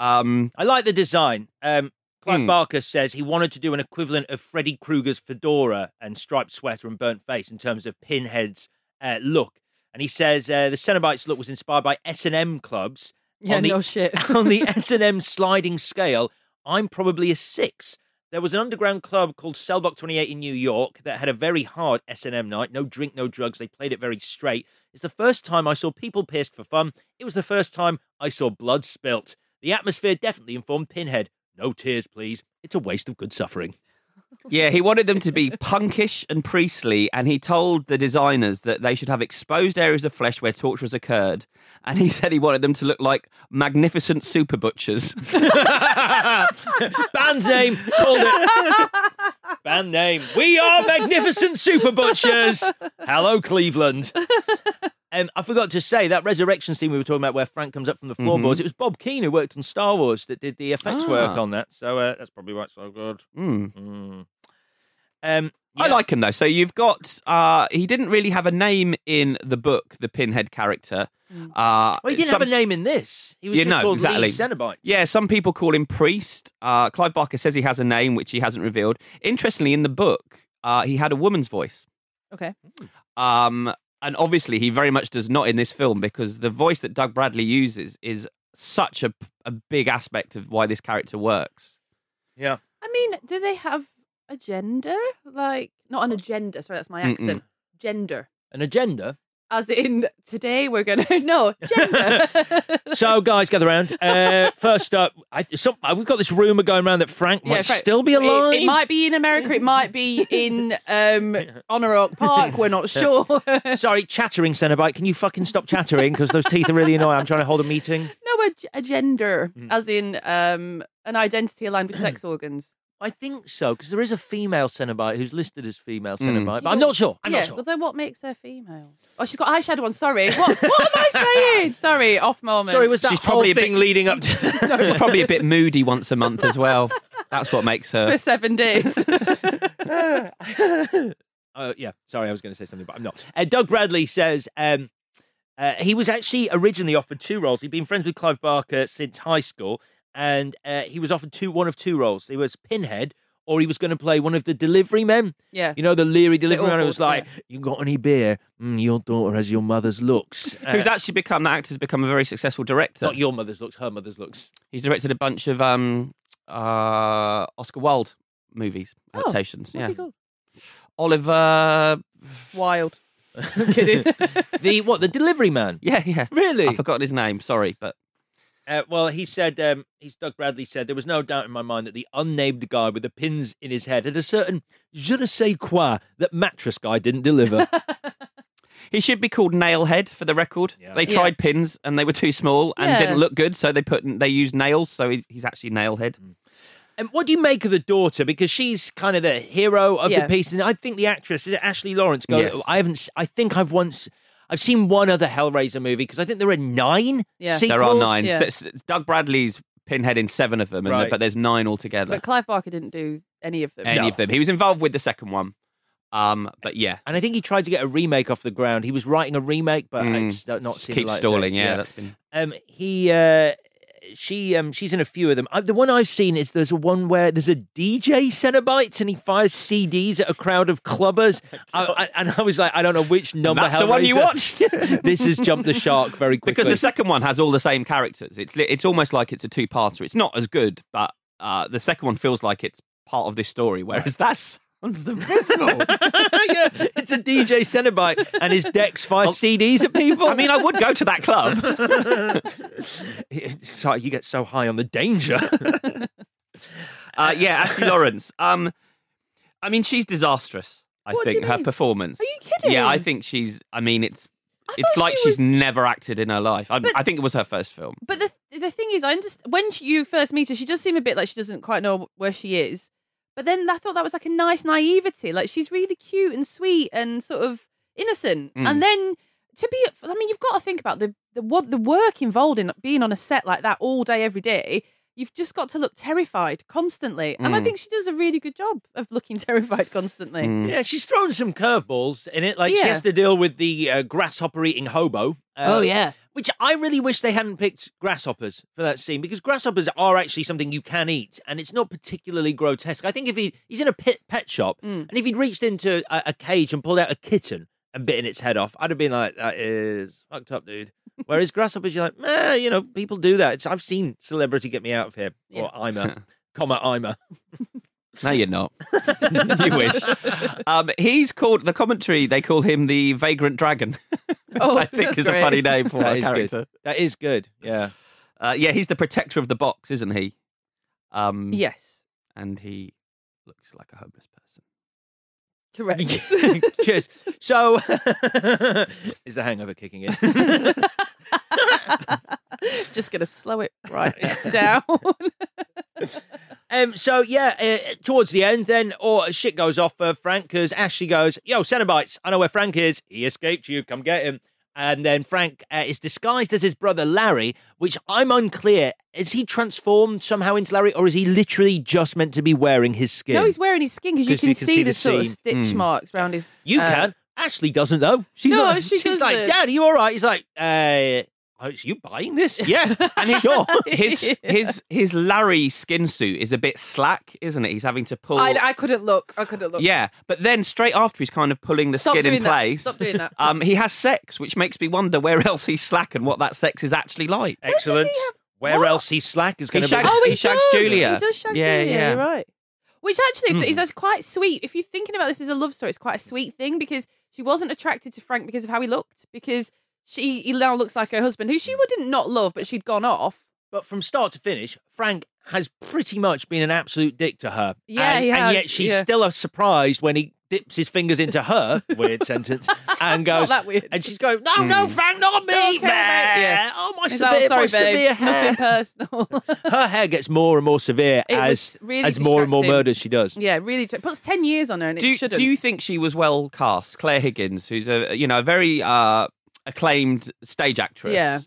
S7: Um,
S2: I like the design. Um, Clive
S7: Hmm.
S2: Barker says he wanted to do an equivalent of Freddy Krueger's fedora and striped sweater and burnt face in terms of Pinhead's uh, look. And he says uh, the Cenobites look was inspired by S and M clubs.
S8: Yeah,
S2: on the,
S8: no shit.
S2: on the S and M sliding scale, I'm probably a six. There was an underground club called Cellblock 28 in New York that had a very hard S and M night. No drink, no drugs. They played it very straight. It's the first time I saw people pierced for fun. It was the first time I saw blood spilt. The atmosphere definitely informed Pinhead. No tears, please. It's a waste of good suffering.
S7: yeah, he wanted them to be punkish and priestly, and he told the designers that they should have exposed areas of flesh where torture has occurred, and he said he wanted them to look like magnificent super butchers.
S2: Band's name called it. Band name. We are magnificent super butchers. Hello, Cleveland. Um, I forgot to say that resurrection scene we were talking about, where Frank comes up from the
S7: Mm-hmm.
S2: floorboards. It was Bob Keane who worked on Star Wars that did the effects work
S7: Ah.
S2: on that. So uh, that's probably why it's so good.
S7: Hmm.
S2: Mm. Um,
S7: I
S2: yeah.
S7: like him though. So you've got uh he didn't really have a name in the book, the Pinhead character. Uh
S2: Well, he didn't
S7: some-
S2: have a name in this. He was
S7: Yeah,
S2: just
S7: no,
S2: called
S7: exactly.
S2: Lee Cenobite.
S7: Yeah, some people call him Priest. Uh Clive Barker says he has a name which he hasn't revealed. Interestingly in the book, uh he had a woman's voice.
S8: Okay.
S7: Um and obviously he very much does not in this film because the voice that Doug Bradley uses is such a a big aspect of why this character works.
S2: Yeah.
S8: I mean, do they have a gender? Like, not an agenda. Sorry, that's my
S7: Mm-mm.
S8: accent. Gender.
S2: An agenda.
S6: as in today we're going to no gender.
S2: so, guys, gather around. Uh, first up, I, some, we've got this rumor going around that Frank might
S6: Yeah, Frank-
S2: still be alive.
S6: It, it might be in America. It might be in um, Honor Oak Park. We're not sure.
S2: Sorry, chattering centerbite. Can you fucking stop chattering? Because those teeth are really annoying. I'm trying to hold a meeting.
S6: No, a, g- a gender,
S7: Mm.
S6: as in um, an identity aligned with sex organs.
S2: I think So, because there is a female centerbite who's listed as female centerbite, but I'm not sure. I'm
S6: yeah,
S2: not sure.
S6: well, then what makes her female? Oh, she's got eyeshadow on. Sorry. What, what am I saying? Sorry, off moment.
S2: Sorry, was that
S7: She's
S2: whole
S7: probably a bit
S2: thing leading up to?
S7: She's probably a bit moody once a month as well. That's what makes her.
S6: for seven days?
S2: Uh, yeah, sorry, I was going to say something, but I'm not. Uh, Doug Bradley says um, uh, he was actually originally offered two roles. He'd been friends with Clive Barker since high school, and uh, he was offered two one of two roles. He was Pinhead, or he was going to play one of the delivery men.
S6: Yeah.
S2: You know, the leery delivery man who
S7: awful,
S2: was like, You got any beer? Mm, your daughter has your mother's looks. Uh,
S7: Who's actually become that actor's become a very successful director.
S2: Not your mother's looks, her mother's looks.
S7: He's directed a bunch of um, uh, Oscar Wilde movies Uh, adaptations.
S6: What's
S7: yeah,
S6: he called?
S7: Oliver.
S6: Wild. I'm kidding.
S2: the what? The delivery man?
S7: Yeah, yeah.
S2: Really?
S7: I forgot his name. Sorry, but
S2: Uh, well, he said, um, he's Doug Bradley said, there was no doubt in my mind that the unnamed guy with the pins in his head had a certain je ne sais quoi that mattress guy didn't deliver.
S7: he should be called Nailhead for the record. They
S2: Yeah.
S7: tried pins and they were too small and
S2: Yeah.
S7: didn't look good, so they put they used nails. So he, he's actually Nailhead.
S2: Mm. and what do you make of the daughter? Because she's kind of the hero of
S7: Yeah.
S2: the piece, and I think the actress is it Ashley Lawrence. Go,
S7: Yes.
S2: I haven't. s- I think I've once. I've seen one other Hellraiser movie because I think there are nine.
S7: there are
S2: sequels.
S7: nine. S- s- Doug Bradley's pinhead in seven of them, and the-
S2: Right.
S7: but there's nine altogether.
S6: but Clive Barker didn't do any of them.
S7: any of them. He was involved with the second one. Um, but yeah,
S2: And I think he tried to get a remake off the ground. He was writing a remake, but
S7: Mm.
S2: it's not
S7: Just
S2: seen
S7: keeps
S2: light of
S7: stalling.
S2: day.
S7: Yeah, that's been.
S2: Um, he, uh, she, um, she's in a few of them. Uh, the one I've seen is there's a one where there's a DJ Cenobites and he fires CDs at a crowd of clubbers.
S7: Oh
S2: I, I, and I was like, I don't know which number.
S7: That's the one you
S2: Hellraiser.
S7: watched.
S2: this has jumped the shark very quickly.
S7: Because the second one has all the same characters. It's li- it's almost like it's a two parter. It's not as good, but uh, the second one feels like it's part of this story. Whereas that's
S2: yeah, it's a DJ Cenobite and his decks
S7: Oh.
S2: fires CDs at people. I mean,
S7: I would go to that
S2: club. Sorry, you get so high on the danger.
S7: uh, yeah, Ashley Lawrence. Um, I mean, she's disastrous. I
S2: What do
S7: think
S2: you
S7: her
S2: mean?
S7: performance. Are you
S2: kidding?
S7: Yeah, I think she's. I mean, it's. it's like she's never acted in her life. I,
S6: But-
S7: I think it was her first film.
S6: But the the thing is, I understand when she, you first meet her, she does seem a bit like she doesn't quite know where she is. But then I thought that was like a nice naivety. Like she's really cute and sweet and sort of innocent.
S8: Mm.
S6: And then to be, I mean, you've got to think about the, the what the work involved in being on a set like that all day, every day. You've just got to look terrified constantly. And I
S2: Mm.
S6: think she does a really good job of looking terrified constantly.
S7: Uh,
S2: Yeah, she's thrown some curveballs in it. Like
S6: Yeah.
S2: she has to deal with the uh, grasshopper eating hobo. uh,
S6: Oh, yeah.
S2: Which I really wish they hadn't picked grasshoppers for that scene because grasshoppers are actually something you can eat and it's not particularly grotesque. I think if he he's in a pet pet shop
S7: Mm.
S2: and if he'd reached into a, a cage and pulled out a kitten and bitten its head off, I'd have been like, "That is fucked up, dude." Whereas grasshoppers, you're like, "Meh, you know, people do that." It's, I've seen celebrity get me out of here or I'm a, comma I'm a.
S7: No, you're not. you wish. Um, he's called the commentary. They call him the vagrant dragon. which
S2: Oh,
S7: I think
S2: that's
S7: is
S2: great.
S7: a funny name for
S2: That
S7: a
S2: is good.
S7: character.
S2: That is good. Yeah.
S7: Uh, yeah, he's the protector of the box, isn't he? Um,
S6: Yes.
S7: And he looks like a homeless person.
S6: Correct.
S2: Cheers. So, is the hangover kicking in?
S6: just going to slow it right down.
S2: Um, so yeah, uh, towards the end, then or shit goes off for Frank because Ashley goes, "Yo, Cenobites, I know where Frank is. He escaped you. Come get him." And then Frank uh, is disguised as his brother Larry, which I'm unclear. Is he transformed somehow into Larry, or is he literally just meant to be wearing his skin?
S6: No, he's wearing his skin because you
S2: 'Cause
S6: can, see, the, sort of
S2: scene.
S6: stitch
S2: Mm.
S6: marks around his.
S2: You
S6: uh,
S2: can. Ashley doesn't though. She's
S6: No,
S2: like,
S6: she
S2: she's like,
S6: doesn't.
S2: Dad, are you all right? He's like, uh, are you buying this? Yeah,
S7: And his, Oh, his his his Larry skin suit is a bit slack, isn't it? He's having to pull.
S6: I, I couldn't look. I couldn't uh, look.
S7: yeah, but then straight after he's kind of pulling the
S6: Stop
S7: skin
S6: doing
S7: in
S6: that.
S7: place.
S6: Stop doing that.
S7: Um, he has sex, which makes me wonder where else he's slack and what that sex is actually like.
S2: Excellent. Where else he's slack is
S7: He
S2: going to be.
S7: shags-
S6: Oh, he,
S7: he shags
S6: does.
S7: Julia.
S6: He does shag
S7: Yeah,
S6: Julia.
S7: yeah.
S6: You're right. Which actually
S7: Mm.
S2: Hmm.
S6: is that's quite sweet. If you're thinking about this as a love story, it's quite a sweet thing because She wasn't attracted to Frank because of how he looked, because she he now looks like her husband, who she
S2: Hmm.
S6: wouldn't not love, but she'd gone off.
S2: But from start to finish, Frank has pretty much been an absolute dick to her.
S6: Yeah,
S2: and,
S6: he
S2: and
S6: has,
S2: yet she's
S6: yeah.
S2: still surprised when he dips his fingers into her weird sentence and goes,
S6: that weird.
S2: and she's going, no, no, Frank, not me,
S6: Don't care about-
S2: man.
S6: yeah.
S2: Oh my,
S6: He's
S2: severe,
S6: like, oh,
S2: my
S6: sorry, babe.
S2: severe hair.
S6: Nothing personal.
S2: Her hair gets more and more severe
S6: It
S2: as
S6: was really
S2: as more and more
S6: distracting.
S2: murders she does.
S6: yeah, really. It puts 10 years on her and it
S7: do,
S6: shouldn't.
S7: do you think she was well cast? Claire Higgins, who's a you know a very uh, acclaimed stage actress.
S6: Yeah.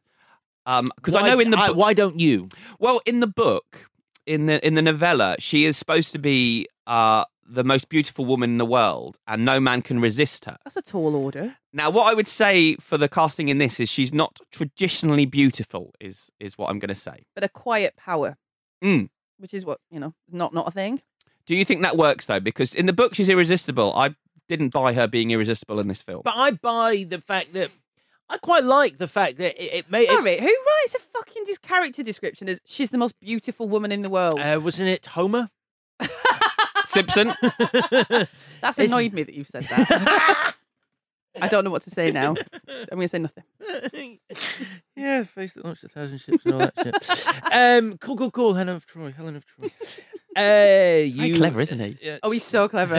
S7: Because I
S2: Why-
S7: know in the
S2: I-
S7: book,
S2: why don't you?
S7: Well, in the book, in the in the novella, she is supposed to be uh, the most beautiful woman in the world, and no man can resist her.
S6: That's a tall order.
S7: Now, what I would say for the casting in this is she's not traditionally beautiful. Is is what I'm going to say.
S6: But a quiet power,
S7: Mm.
S6: which is what, you know, not not a thing.
S7: Do you think that works though? Because in the book she's irresistible. I didn't buy her being irresistible in this film.
S2: But I buy the fact that I quite like the fact that it, it made.
S6: Sorry, who writes a fucking dis- character description as she's the most beautiful woman in the world?
S2: uh, wasn't it Homer?
S7: Simpson.
S6: That's
S2: it's-
S6: annoyed me that you've said that. I don't know what to say now. I'm going to say nothing.
S2: yeah, face that launched a thousand ships and all that shit. Um, cool, cool, cool. Helen of Troy. Helen of Troy. Uh, you
S7: clever, isn't he?
S2: Yeah,
S6: Oh, he's so clever.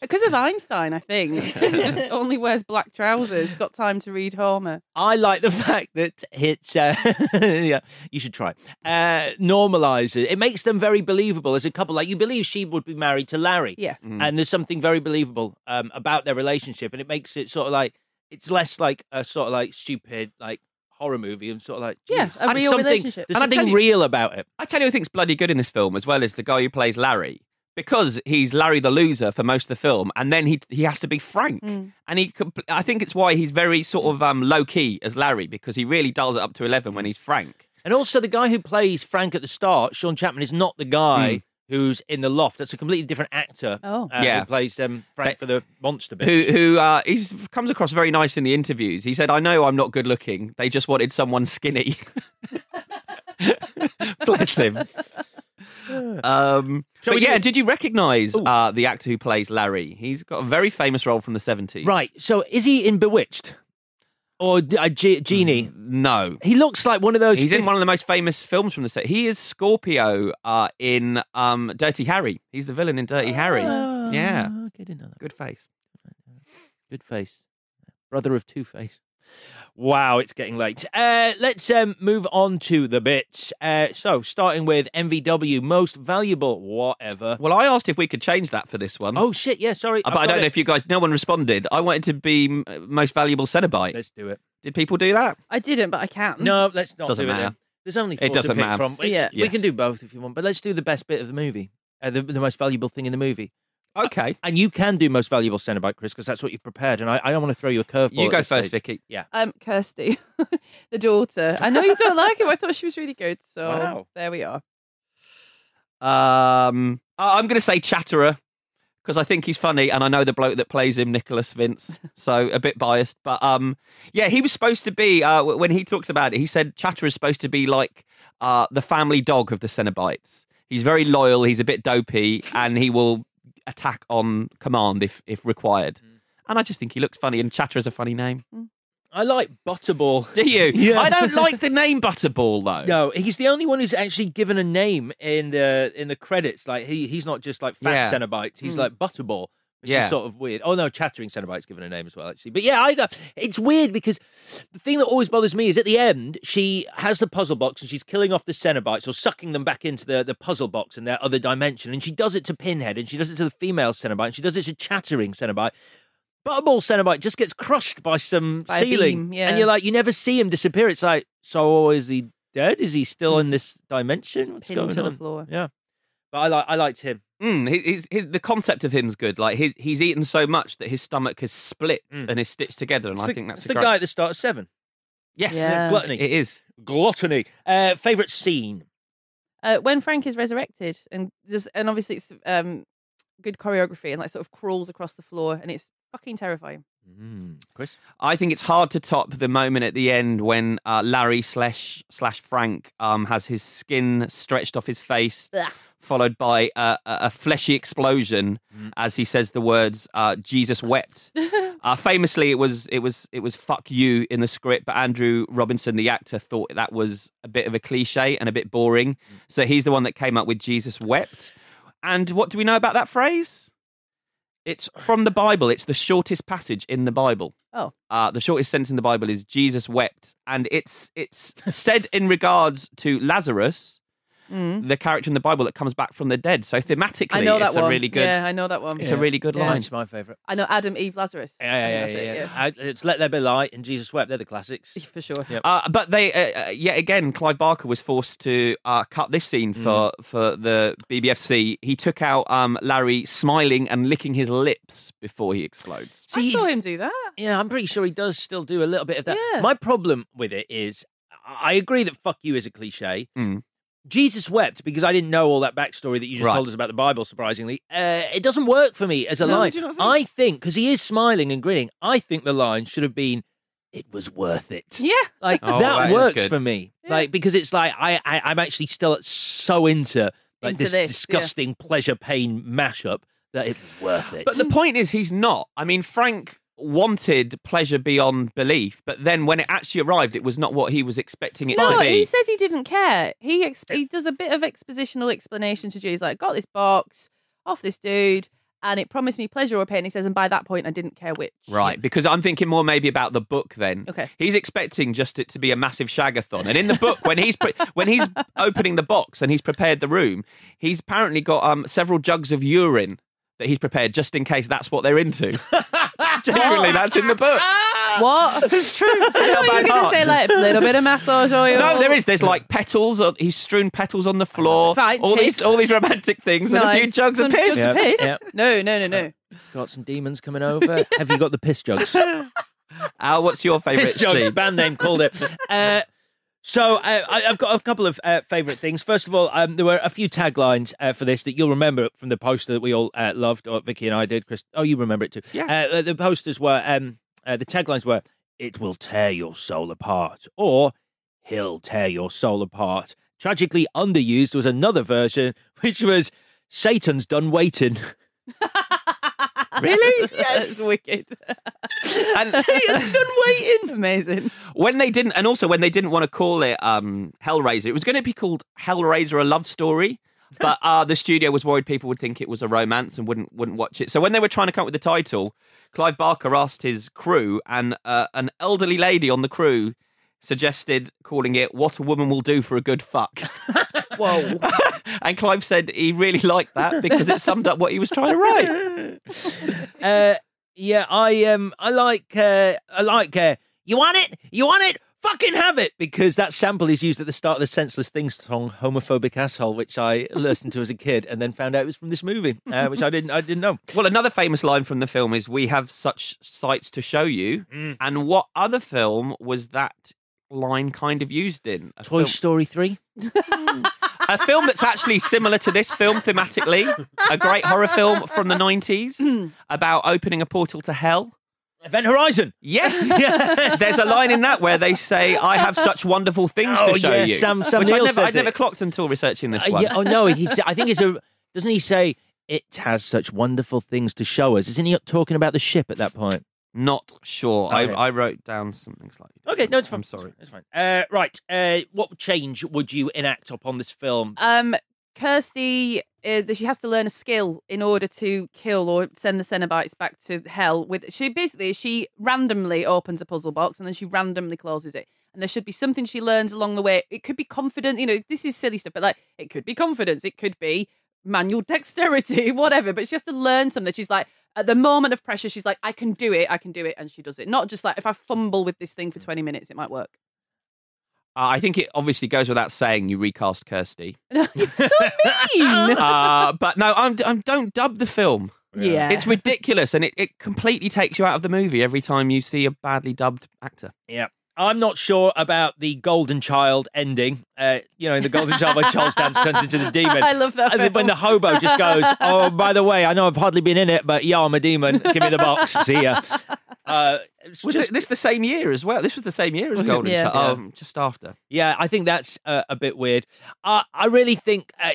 S6: Because of Einstein, I think. He just only wears black trousers. Got time to read Homer.
S2: I like the fact that it's. Uh, yeah, you should try. Uh, normalize it. It makes them very believable as a couple. Like you believe she would be married to Larry.
S6: Yeah.
S2: and there's something very believable um, about their relationship, and it makes it sort of like it's less like a sort of like stupid like horror movie and sort of like
S6: Yeah,
S2: geez,
S6: a
S2: and
S6: real
S2: something-
S6: relationship.
S2: There's
S7: And I tell
S2: something
S7: you-
S2: real about it.
S7: I tell you who thinks bloody good in this film as well is the guy who plays Larry. Because he's Larry the loser for most of the film, and then he he has to be Frank, and he compl- I think it's why he's very sort of um, low key as Larry because he really dials it up to eleven when he's Frank.
S2: And also, the guy who plays Frank at the start, Sean Chapman, is not the
S7: Hmm.
S2: guy who's in the loft. That's a completely different actor.
S6: Oh.
S2: uh,
S7: Yeah.
S2: who plays um, Frank for the monster bit.
S7: Who who uh, he comes across very nice in the interviews. He said, "I know I'm not good looking. They just wanted someone skinny." Bless him. Um,
S2: Shall
S7: but
S2: we
S7: yeah,
S2: do-
S7: did you recognise uh, the actor who plays Larry? He's got a very famous role from the seventies.
S2: right. So, is he in Bewitched or uh, G- Genie?
S7: Mm. No.
S2: He looks like one of those.
S7: Hmm. He's in
S2: fif-
S7: one of the most famous films from the set. He is Scorpio uh, in um, Dirty Harry. He's the villain in Dirty Harry.
S2: Oh,
S7: Yeah.
S2: Okay, didn't know that.
S7: Good face.
S2: Good face. Brother of Two Face. Wow, it's getting late. Uh, let's um, move on to the bits. Uh, so, starting with MVW, most valuable, whatever.
S7: Well, I asked if we could change that for this one.
S2: Oh, shit. Yeah,
S7: Mm.
S2: sorry.
S7: Uh, but I don't know if you guys, no one responded. I wanted to be m- most valuable Cenobite.
S2: Let's do it.
S7: Did people do that?
S6: I didn't, but I can.
S2: No, let's not
S7: Mm. Doesn't
S2: do it.
S7: matter.
S2: Then. There's only four
S7: It doesn't
S2: to pick
S7: matter.
S2: from. We,
S6: Yeah.
S2: we
S7: Yes.
S2: can do both if you want, but let's do the best bit of the movie, uh, the, the most valuable thing in the movie. Uh,
S7: Okay.
S2: And you can do most valuable centre-back, Chris, because that's what you've prepared, and I, I don't want to throw you a curveball.
S7: You
S2: at
S7: go
S2: this
S7: first,
S2: stage.
S7: Vicky.
S2: Yeah.
S6: Um, Kirsty, the daughter. I know you don't like him. I thought she was really good. So
S2: Wow.
S6: there we are.
S7: Um, I- I'm going to say Chatterer because I think he's funny, and I know the bloke that plays him, Nicholas Vince. So a bit biased, but um, yeah, he was supposed to be uh, w- when he talks about it. He said Chatterer's supposed to be like uh, the family dog of the Cenobites. He's very loyal. He's a bit dopey, and he will attack on command if if required. And I just think he looks funny, and Chatterer's a funny name.
S2: I like Butterball.
S7: Do you?
S2: Yeah.
S7: I don't like the name Butterball though.
S2: No, he's the only one who's actually given a name in the in the credits. Like he he's not just like fat
S7: Yeah.
S2: Cenobite. He's
S6: Hmm.
S7: Mm.
S2: like Butterball, which
S7: Yeah.
S2: is sort of weird. Oh no, Chattering Cenobite's given a name as well, actually. But yeah, I got it's weird because the thing that always bothers me is at the end she has the puzzle box and she's killing off the Cenobites or sucking them back into the the puzzle box in their other dimension, and she does it to Pinhead and she does it to the female Cenobite and she does it to Chattering Cenobite. Butterball Cenobite just gets crushed by some
S6: By a
S2: ceiling,
S6: beam, yeah.
S2: and you're like, you never see him disappear. It's like, so is he dead? Is he still in this dimension? What's
S6: Hmm. pinned
S2: going
S6: to the
S2: on?
S6: floor.
S2: Yeah, but I like I liked him.
S7: Mm, his, his, his, the concept of him's good. Like his, he's eaten so much that his stomach has split and is stitched together, and
S2: It's
S7: I
S2: the,
S7: think that's
S2: it's
S7: a
S2: the
S7: great-
S2: guy at the start of Seven.
S7: Yes,
S6: Yeah.
S2: Gluttony.
S7: it is.
S2: Gluttony. Uh, favorite scene.
S6: Uh, when Frank is resurrected, and just and obviously it's um, good choreography, and like sort of crawls across the floor, and it's fucking terrifying.
S2: Hmm, Chris.
S7: I think it's hard to top the moment at the end when uh, Larry slash slash Frank um, has his skin stretched off his face
S6: Blah.
S7: followed by a, a a fleshy explosion as he says the words uh, "Jesus wept." uh, famously, it was it was it was "fuck you" in the script, but Andrew Robinson, the actor, thought that was a bit of a cliche and a bit boring, so he's the one that came up with "Jesus wept." And what do we know about that phrase? It's from the Bible. It's the shortest passage in the Bible.
S6: Oh.
S7: Uh, the shortest sentence in the Bible is Jesus wept, and it's it's said in regards to Lazarus,
S6: Mm.
S7: the character in the Bible that comes back from the dead. So thematically,
S6: I know that
S7: it's
S6: one.
S7: a really good.
S6: Yeah, I know that one.
S7: It's a really good
S6: Yeah.
S7: line.
S2: It's my favourite.
S6: I know Adam, Eve, Lazarus.
S2: Yeah, yeah,
S6: I
S2: yeah,
S6: think
S2: yeah,
S6: that's it,
S2: yeah. I- It's Let There Be Light and Jesus Wept. They're the classics.
S6: For sure.
S2: Yep.
S7: Uh, but they, uh, uh, yet again, Clive Barker was forced to uh, cut this scene for, for the BBFC. He took out um, Larry smiling and licking his lips before he explodes.
S6: I saw him do that.
S2: Yeah, I'm pretty sure he does still do a little bit of that.
S6: Yeah.
S2: My problem with it is, I I agree that "fuck you" is a cliche.
S7: Mm.
S2: Jesus wept because I didn't know all that backstory that you just
S7: Right.
S2: told us about the Bible. Surprisingly, uh, it doesn't work for me as a
S7: No,
S2: line.
S7: do you not think-
S2: I think because he is smiling and grinning, I think the line should have been, "It was worth it."
S6: Yeah.
S2: Like
S7: Oh, that
S2: that
S7: is
S2: works
S7: good.
S2: for me,
S6: Yeah.
S2: like because it's like I, I I'm actually still so into like
S6: Into this,
S2: this,
S6: yeah.
S2: disgusting pleasure pain mashup that it was worth it.
S7: But the point is, he's not. I mean, Frank wanted pleasure beyond belief, but then when it actually arrived, it was not what he was expecting it
S6: No,
S7: to be.
S6: he says he didn't care. He ex- he does a bit of expositional explanation to Jews. Like, got this box off this dude, and it promised me pleasure or pain. He says, and by that point, I didn't care which.
S7: Right, because I'm thinking more maybe about the book then.
S6: Okay.
S7: He's expecting just it to be a massive shagathon, and in the book, when he's pre- when he's opening the box and he's prepared the room, he's apparently got um, several jugs of urine that he's prepared just in case that's what they're into. Generally, that's in the book.
S6: What? it's true. I
S7: not
S6: thought you
S7: bad
S6: were going to
S7: heart.
S6: say like a little bit of massage oil.
S7: No, there is. There's like petals. On, he's strewn petals on the floor.
S6: Right,
S7: all
S6: tick.
S7: these all these romantic things and a few
S6: Nice.
S7: jugs
S6: Some
S7: of piss.
S6: jugs of
S2: Yep,
S6: piss?
S2: yep.
S6: No, no, no, no.
S2: Got some demons coming over. Have you got the piss jugs?
S7: Al, Uh, what's your favourite
S2: piss jugs
S7: scene?
S2: band name called it. Uh, so uh, I, I've got a couple of uh, favourite things. First of all, um, there were a few taglines uh, for this that you'll remember from the poster that we all uh, loved, or Vicky and I did. Chris, oh, you remember it too.
S7: Yeah.
S2: Uh, the posters were um, uh, the taglines were "It will tear your soul apart" or "He'll tear your soul apart." Tragically underused was another version, which was "Satan's done waiting."
S7: Really?
S6: That's
S7: Yes.
S6: wicked.
S7: And-
S2: Satan's done waiting.
S6: Amazing.
S7: when they didn't, and also when they didn't want to call it um, Hellraiser, it was going to be called Hellraiser: A Love Story. But uh, the studio was worried people would think it was a romance and wouldn't wouldn't watch it. So when they were trying to come up with the title, Clive Barker asked his crew, and uh, an elderly lady on the crew suggested calling it "What a Woman Will Do for a Good Fuck."
S6: Whoa.
S7: and Clive said he really liked that because it summed up what he was trying to write.
S2: uh, yeah, I um, I like, uh, I like. Uh, you want it? You want it? Fucking have it! Because that sample is used at the start of the Senseless Things song "Homophobic Asshole," which I listened to as a kid, and then found out it was from this movie, uh, which I didn't, I didn't know.
S7: Well, another famous line from the film is "We have such sights to show you."
S2: Mm.
S7: And what other film was that line kind of used in? A,
S2: Toy
S7: film,
S2: Story Three.
S7: a film that's actually similar to this film thematically, a great horror film from the nineties about opening a portal to hell.
S2: Event Horizon.
S7: Yes, there's a line in that where they say, "I have such wonderful things
S2: Oh,
S7: to show
S2: yeah,
S7: you,"
S2: Sam- Sam
S7: which I
S2: Neill
S7: never,
S2: says
S7: I never
S2: it.
S7: clocked until researching this
S2: Uh,
S7: one.
S2: yeah, oh no, he's. I think it's a. Doesn't he say it has such wonderful things to show us? Isn't he talking about the ship at that point?
S7: Not sure.
S2: Okay.
S7: I, I wrote down something slightly.
S2: Okay, no, it's fine.
S7: I'm sorry.
S2: It's fine. Uh, right. Uh, what change would you enact upon this film?
S6: Um, Kirsty, uh, that she has to learn a skill in order to kill or send the Cenobites back to hell. With she basically she randomly opens a puzzle box and then she randomly closes it. And there should be something she learns along the way. It could be confidence. You know, this is silly stuff, but like it could be confidence. It could be manual dexterity, whatever. But she has to learn something. She's like. At the moment of pressure, she's like, I can do it, I can do it, and she does it. Not just like, if I fumble with this thing for 20 minutes, it might work.
S7: Uh, I think it obviously goes without saying you recast Kirsty.
S6: You're so mean!
S2: Ah,
S7: uh, but no, I'm, I'm, don't dub the film.
S6: yeah.
S7: It's ridiculous and it, it completely takes you out of the movie every time you see a badly dubbed actor.
S2: Yeah. I'm not sure about the Golden Child ending. Uh, you know, in the Golden Child, where Charles Dance turns into the demon.
S6: I love that
S2: And then
S6: film.
S2: when the hobo just goes, "Oh, by the way, I know I've hardly been in it, but yeah, I'm a demon. Give me the box. See ya." Uh,
S7: was
S2: just-
S7: it, this the same year as well? This was the same year as
S2: Was it?
S7: Golden
S2: Yeah.
S7: Child.
S2: Yeah.
S7: Um, just after.
S2: Yeah, I think that's uh, a bit weird. Uh, I really think uh,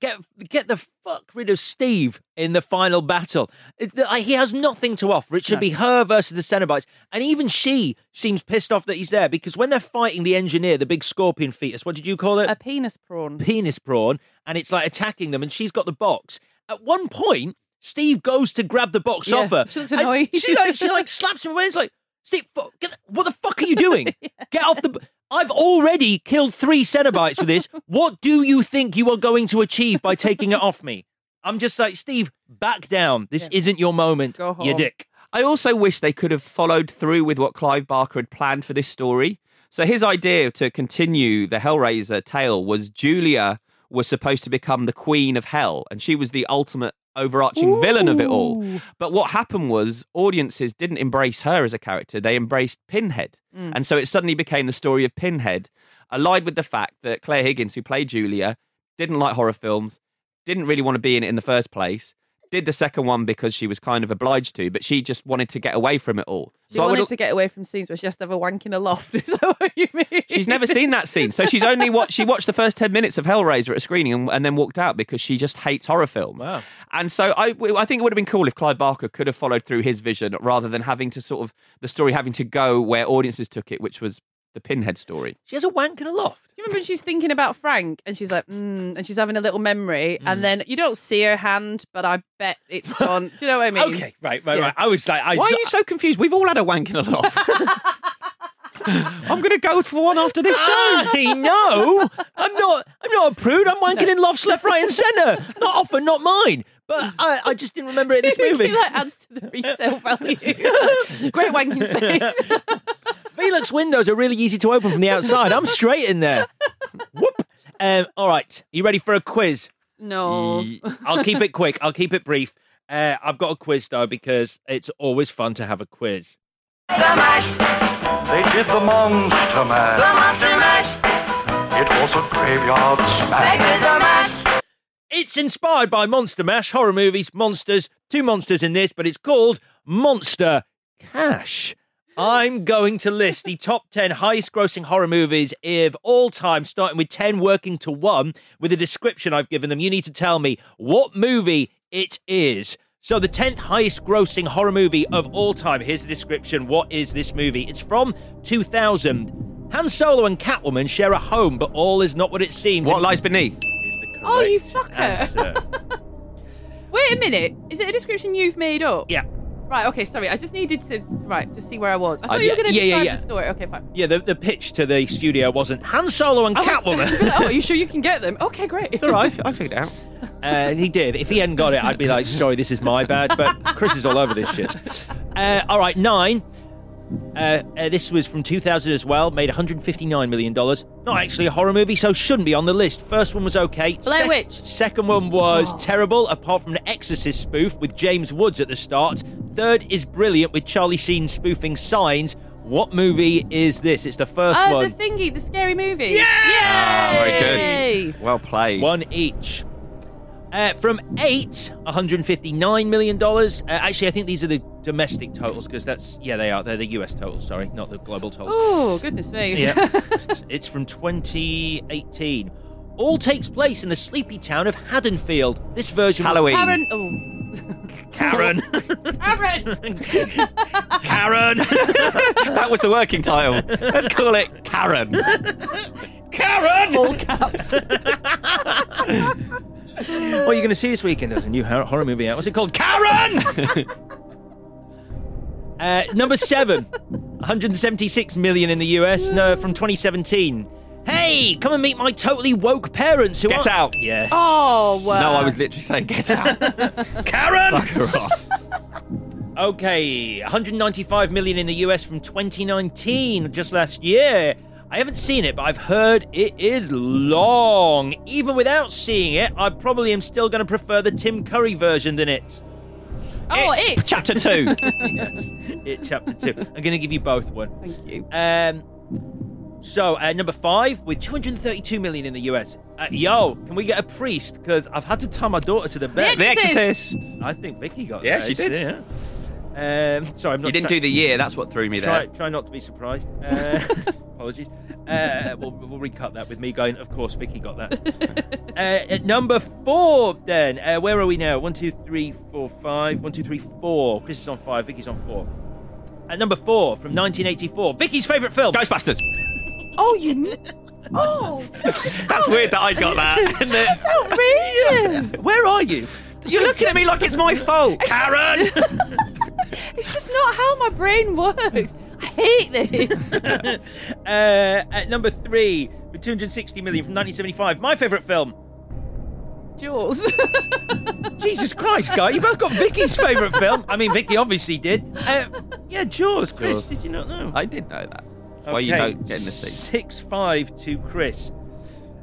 S2: get get the fuck rid of Steve in the final battle. It- uh, he has nothing to offer. It should
S7: No.
S2: be her versus the Cenobites, and even she seems pissed off that he's there because when they're fighting the engineer, the big scorpion fetus. What did you call it?
S6: A penis prawn.
S2: penis prawn and it's like attacking them and she's got the box. At one point, Steve goes to grab the box
S6: Yeah,
S2: off her.
S6: she looks
S2: and
S6: annoyed.
S2: She like, she like slaps him away and it's like, Steve, fu- get the- what the fuck are you doing? Get off the. b- I've already killed three Cenobites with this. What do you think you are going to achieve by taking it off me? I'm just like, Steve, back down. This isn't your moment. Go You
S7: home.
S2: dick.
S7: I also wish they could have followed through with what Clive Barker had planned for this story. So his idea to continue the Hellraiser tale was Julia was supposed to become the queen of hell, and she was the ultimate overarching villain of it all. But what happened was audiences didn't embrace her as a character; they embraced Pinhead,
S16: Mm.
S7: and so it suddenly became the story of Pinhead, allied with the fact that Claire Higgins, who played Julia, didn't like horror films, didn't really want to be in it in the first place. Did the second one because she was kind of obliged to, but she just wanted to get away from it all.
S6: She
S7: I
S6: wanted
S7: would've-
S6: to get away from scenes where she has to have a wank in a loft.
S7: she's never seen that scene, so she's only watched. She watched the first ten minutes of Hellraiser at a screening and, and then walked out because she just hates horror films.
S2: Wow.
S7: And so I, I think it would have been cool if Clive Barker could have followed through his vision rather than having to sort of the story having to go where audiences took it, which was the Pinhead story.
S2: She has a wank in a loft.
S6: Do you remember when she's thinking about Frank and she's like, mm, and she's having a little memory,
S2: Hmm.
S6: and then you don't see her hand, but I bet it's gone. Do you know what I mean?
S2: Okay, right, right,
S6: Yeah.
S2: right. I was like, I
S7: Why are you so confused? We've all had a wank in a loft. I'm going to go for one after this show.
S2: I know. I'm not. I'm not a prude. I'm wanking in lofts left, right, and centre. Not often, not mine. But I, I just didn't remember it in this movie.
S6: that adds to the resale value. Great wanking space.
S2: Velux windows are really easy to open from the outside. I'm straight in there. Whoop. Um, all right. You ready for a quiz?
S6: No.
S2: I'll keep it quick. I'll keep it brief. Uh, I've got a quiz though because it's always fun to have a quiz.
S17: They did the Monster Mash. The Monster Mash. It was a graveyard smash.
S2: It's inspired by Monster Mash, horror movies, monsters, two monsters in this, but it's called Monster Cash. I'm going to list the top 10 highest grossing horror movies of all time, starting with 10 working to 1, with a description I've given them. You need to tell me what movie it is. So, the 10th highest grossing horror movie of all time. Here's the description. What is this movie? It's from 2000. Han Solo and Catwoman share a home, but all is not what it seems. What
S7: lies beneath?
S6: Oh, you fucker.
S2: Answer.
S6: Wait a minute. Is it a description you've made up?
S2: Yeah.
S6: Right, okay, sorry. I just needed to, right, just see where I was. I
S2: Uh,
S6: thought you
S2: yeah,
S6: were going to
S2: yeah, yeah,
S6: describe
S2: yeah.
S6: the story. Okay, fine.
S2: Yeah, the, the pitch to the studio wasn't Han Solo and Catwoman.
S6: oh, are you sure you can get them? Okay, great. It's all
S7: right. I figured it out.
S2: And Uh, he did. If he hadn't got it, I'd be like, sorry, this is my bad. But Chris is all over this shit. Uh, all right, nine. Uh, uh, this was from 2000 as well, made $159 million. Not actually a horror movie, so shouldn't be on the list. First one was okay.
S6: Blair Witch.
S2: Second one was terrible, apart from an Exorcist spoof with James Woods at the start. Third is brilliant with Charlie Sheen spoofing signs. What movie is this? It's the first
S6: Uh,
S2: one.
S6: the thingy, the scary movie.
S2: Ah,
S6: Yay!
S7: very good. Well played.
S2: One each. Uh, from eight, $159 million. Uh, actually, I think these are the domestic totals because that's, yeah, they are. They're the US totals, sorry, not the global totals.
S6: Oh, goodness me.
S2: Yeah. it's from 2018. All takes place in the sleepy town of Haddonfield. This version was-
S7: Halloween.
S6: Karen. Oh,
S2: Karen.
S6: Karen.
S2: Karen.
S7: that was the working title. Let's call it Karen.
S2: Karen.
S6: All caps.
S2: what are you going to see this weekend? There's a new hor- horror movie out. What's it called? Karen! uh, number seven, 176 million in the US no, from 2017. Hey, come and meet my totally woke parents who
S7: Get
S2: aren't-
S7: out.
S2: Yes.
S6: Oh, wow.
S7: No, I was literally saying get out.
S2: Karen!
S7: Fucker off.
S2: Okay, 195 million in the US from 2019, just last year. I haven't seen it, but I've heard it is long. Even without seeing it, I probably am still going to prefer the Tim Curry version than it.
S6: Oh,
S2: It's
S6: it.
S7: Chapter two.
S2: yes, it chapter two. I'm going to give you both one.
S6: Thank you.
S2: Um, so uh, number five with 232 million in the US. Uh, yo, can we get a priest? Because I've had to tie my daughter to the bed.
S7: The Exorcist.
S2: I think Vicky got
S7: Yeah,
S2: that,
S7: she did.
S2: actually, yeah. Um, sorry, I'm not.
S7: You didn't
S2: try-
S7: do the year. That's what threw me there.
S2: Try, try not to be surprised. Uh, apologies. Uh, we'll, we'll recut that with me going. Of course, Vicky got that. uh, at number four, then uh, where are we now? One, two, three, four, five. One, two, three, four. Chris is on five. Vicky's on four. At number four from 1984, Vicky's favourite film,
S7: Ghostbusters.
S8: Oh, you. kn- Oh,
S7: That's weird that I got that. And that-
S8: that's outrageous.
S2: Where are you?
S7: You're looking at me like it's my fault, Karen.
S8: It's just not how my brain works. I hate this.
S2: uh, at number three, with 260 million from 1975, my favourite film.
S8: Jules.
S2: Jesus Christ, guy! You both got Vicky's favourite film. I mean, Vicky obviously did. Uh, yeah, Jaws. Chris,
S7: Jaws.
S2: did you not know?
S7: I did know that. Why you
S2: Okay,
S7: don't get in the seat?
S2: Six five to Chris.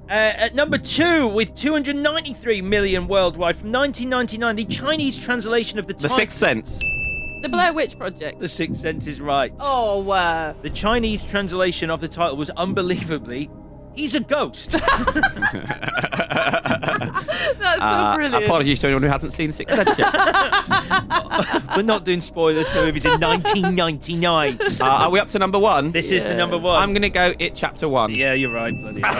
S2: Uh, at number two, with 293 million worldwide from 1999, the Chinese translation of the
S7: The
S2: title-
S7: Sixth Sense.
S8: the Blair Witch Project.
S2: The Sixth Sense is right.
S8: Oh, wow.
S2: The Chinese translation of the title was unbelievably, "He's a ghost."
S8: That's so
S7: Uh,
S8: brilliant.
S7: apologies to anyone who hasn't seen The Sixth Sense yet. uh,
S2: We're not doing spoilers for movies in 1999.
S7: Uh, are we up to number one?
S2: This is the number one.
S7: I'm going to go It Chapter One.
S2: yeah, you're right, bloody. hell.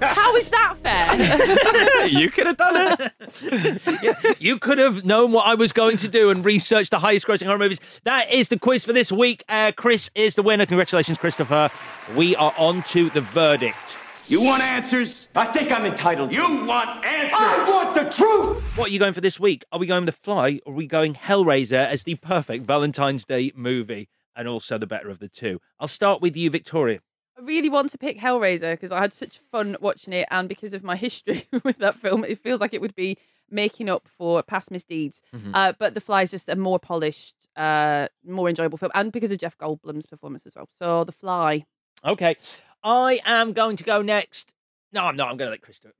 S8: How is that fair?
S7: you could have done it.
S2: you could have known what I was going to do and researched the highest grossing horror movies. That is the quiz for this week. Uh, Chris is the winner. Congratulations, Christopher. We are on to the verdict.
S9: You want answers? I think I'm entitled. You want answers? I want the truth!
S2: What are you going for this week? Are we going The Fly or are we going Hellraiser as the perfect Valentine's Day movie and also the better of the two? I'll start with you, Victoria.
S8: I really want to pick Hellraiser because I had such fun watching it, and because of my history with that film, it feels like it would be making up for past misdeeds.
S7: Mm-hmm.
S8: Uh, but The Fly is just a more polished, uh, more enjoyable film, and because of Jeff Goldblum's performance as well. So The Fly.
S2: Okay. I am going to go next. No, I'm not. I'm going to let Chris do it.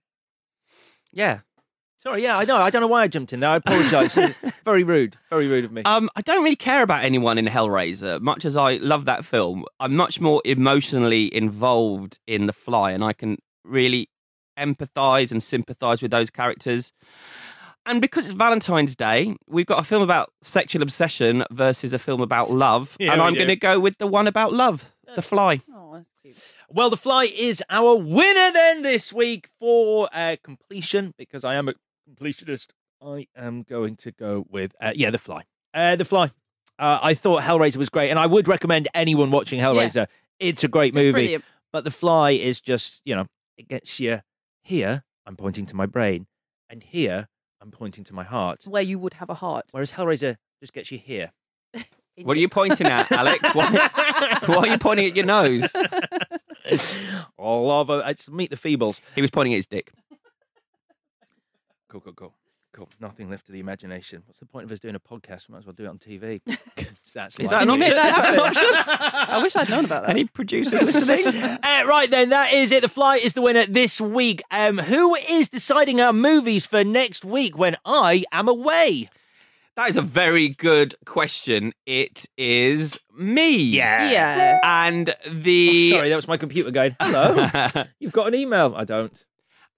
S7: Yeah.
S2: Sorry, yeah, I know. I don't know why I jumped in there. I apologise. very rude. Very rude of me.
S7: Um, I don't really care about anyone in Hellraiser. Much as I love that film, I'm much more emotionally involved in The Fly, and I can really empathise and sympathise with those characters. And because it's Valentine's Day, we've got a film about sexual obsession versus a film about love,
S2: Yeah,
S7: and
S2: we
S7: I'm
S2: do.
S7: going to go with the one about love, The Fly.
S8: Oh, that's cute.
S2: Well, The Fly is our winner then this week for uh, completion because I am a completionist. I am going to go with, uh, yeah, The Fly. Uh, the Fly. Uh, I thought Hellraiser was great and I would recommend anyone watching Hellraiser. It's a great
S8: It's
S2: movie.
S8: brilliant.
S2: But The Fly is just, you know, it gets you here, I'm pointing to my brain, and here, I'm pointing to my heart.
S8: Where you would have a heart.
S2: Whereas Hellraiser just gets you here.
S7: What are you pointing at, Alex? Why, why are you pointing at your nose?
S2: All over. It's Meet the Feebles.
S7: He was pointing at his dick.
S2: Cool, cool, cool. Cool. Nothing left to the imagination. What's the point of us doing a podcast? Might as well do it on TV. That's
S7: Is
S2: life.
S7: that an
S8: You made
S7: option? Is
S8: that
S7: that an
S8: happen.
S7: option?
S8: I wish I'd known about that.
S7: Any producers listening?
S2: Uh, right then, that is it. The Fly is the winner this week. Um, who is deciding our movies for next week when I am away?
S7: That is a very good question. It is me.
S8: Yeah.
S7: And the
S2: Sorry, that was my computer going. Hello, you've got an email. I don't.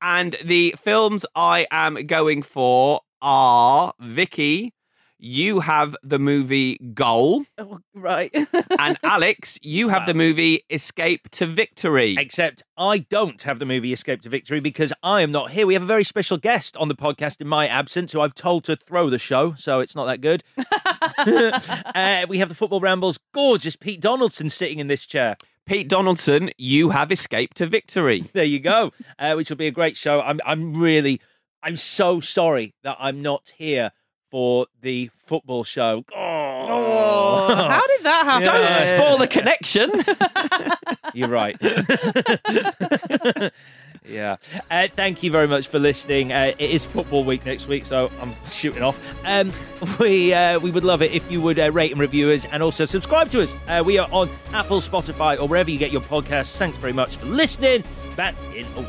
S7: and the films I am going for are Vicky. You have the movie Goal,
S8: Oh, right.
S7: and Alex, you have the movie Escape to Victory.
S2: Except I don't have the movie Escape to Victory because I am not here. We have a very special guest on the podcast in my absence, who I've told to throw the show, so it's not that good. uh, we have the Football Rambles' gorgeous Pete Donaldson sitting in this chair.
S7: Pete Donaldson, you have Escape to Victory.
S2: There you go, uh, which will be a great show. I'm, I'm really, I'm so sorry that I'm not here for the football show.
S8: oh, how did that happen?
S2: Yeah.
S7: Don't spoil the connection.
S2: You're right. yeah. Uh, thank you very much for listening. Uh, it is football week next week, so I'm shooting off. Um, we uh, we would love it if you would uh, rate and review us and also subscribe to us. Uh, we are on Apple, Spotify, or wherever you get your podcasts. Thanks very much for listening. Back in a week.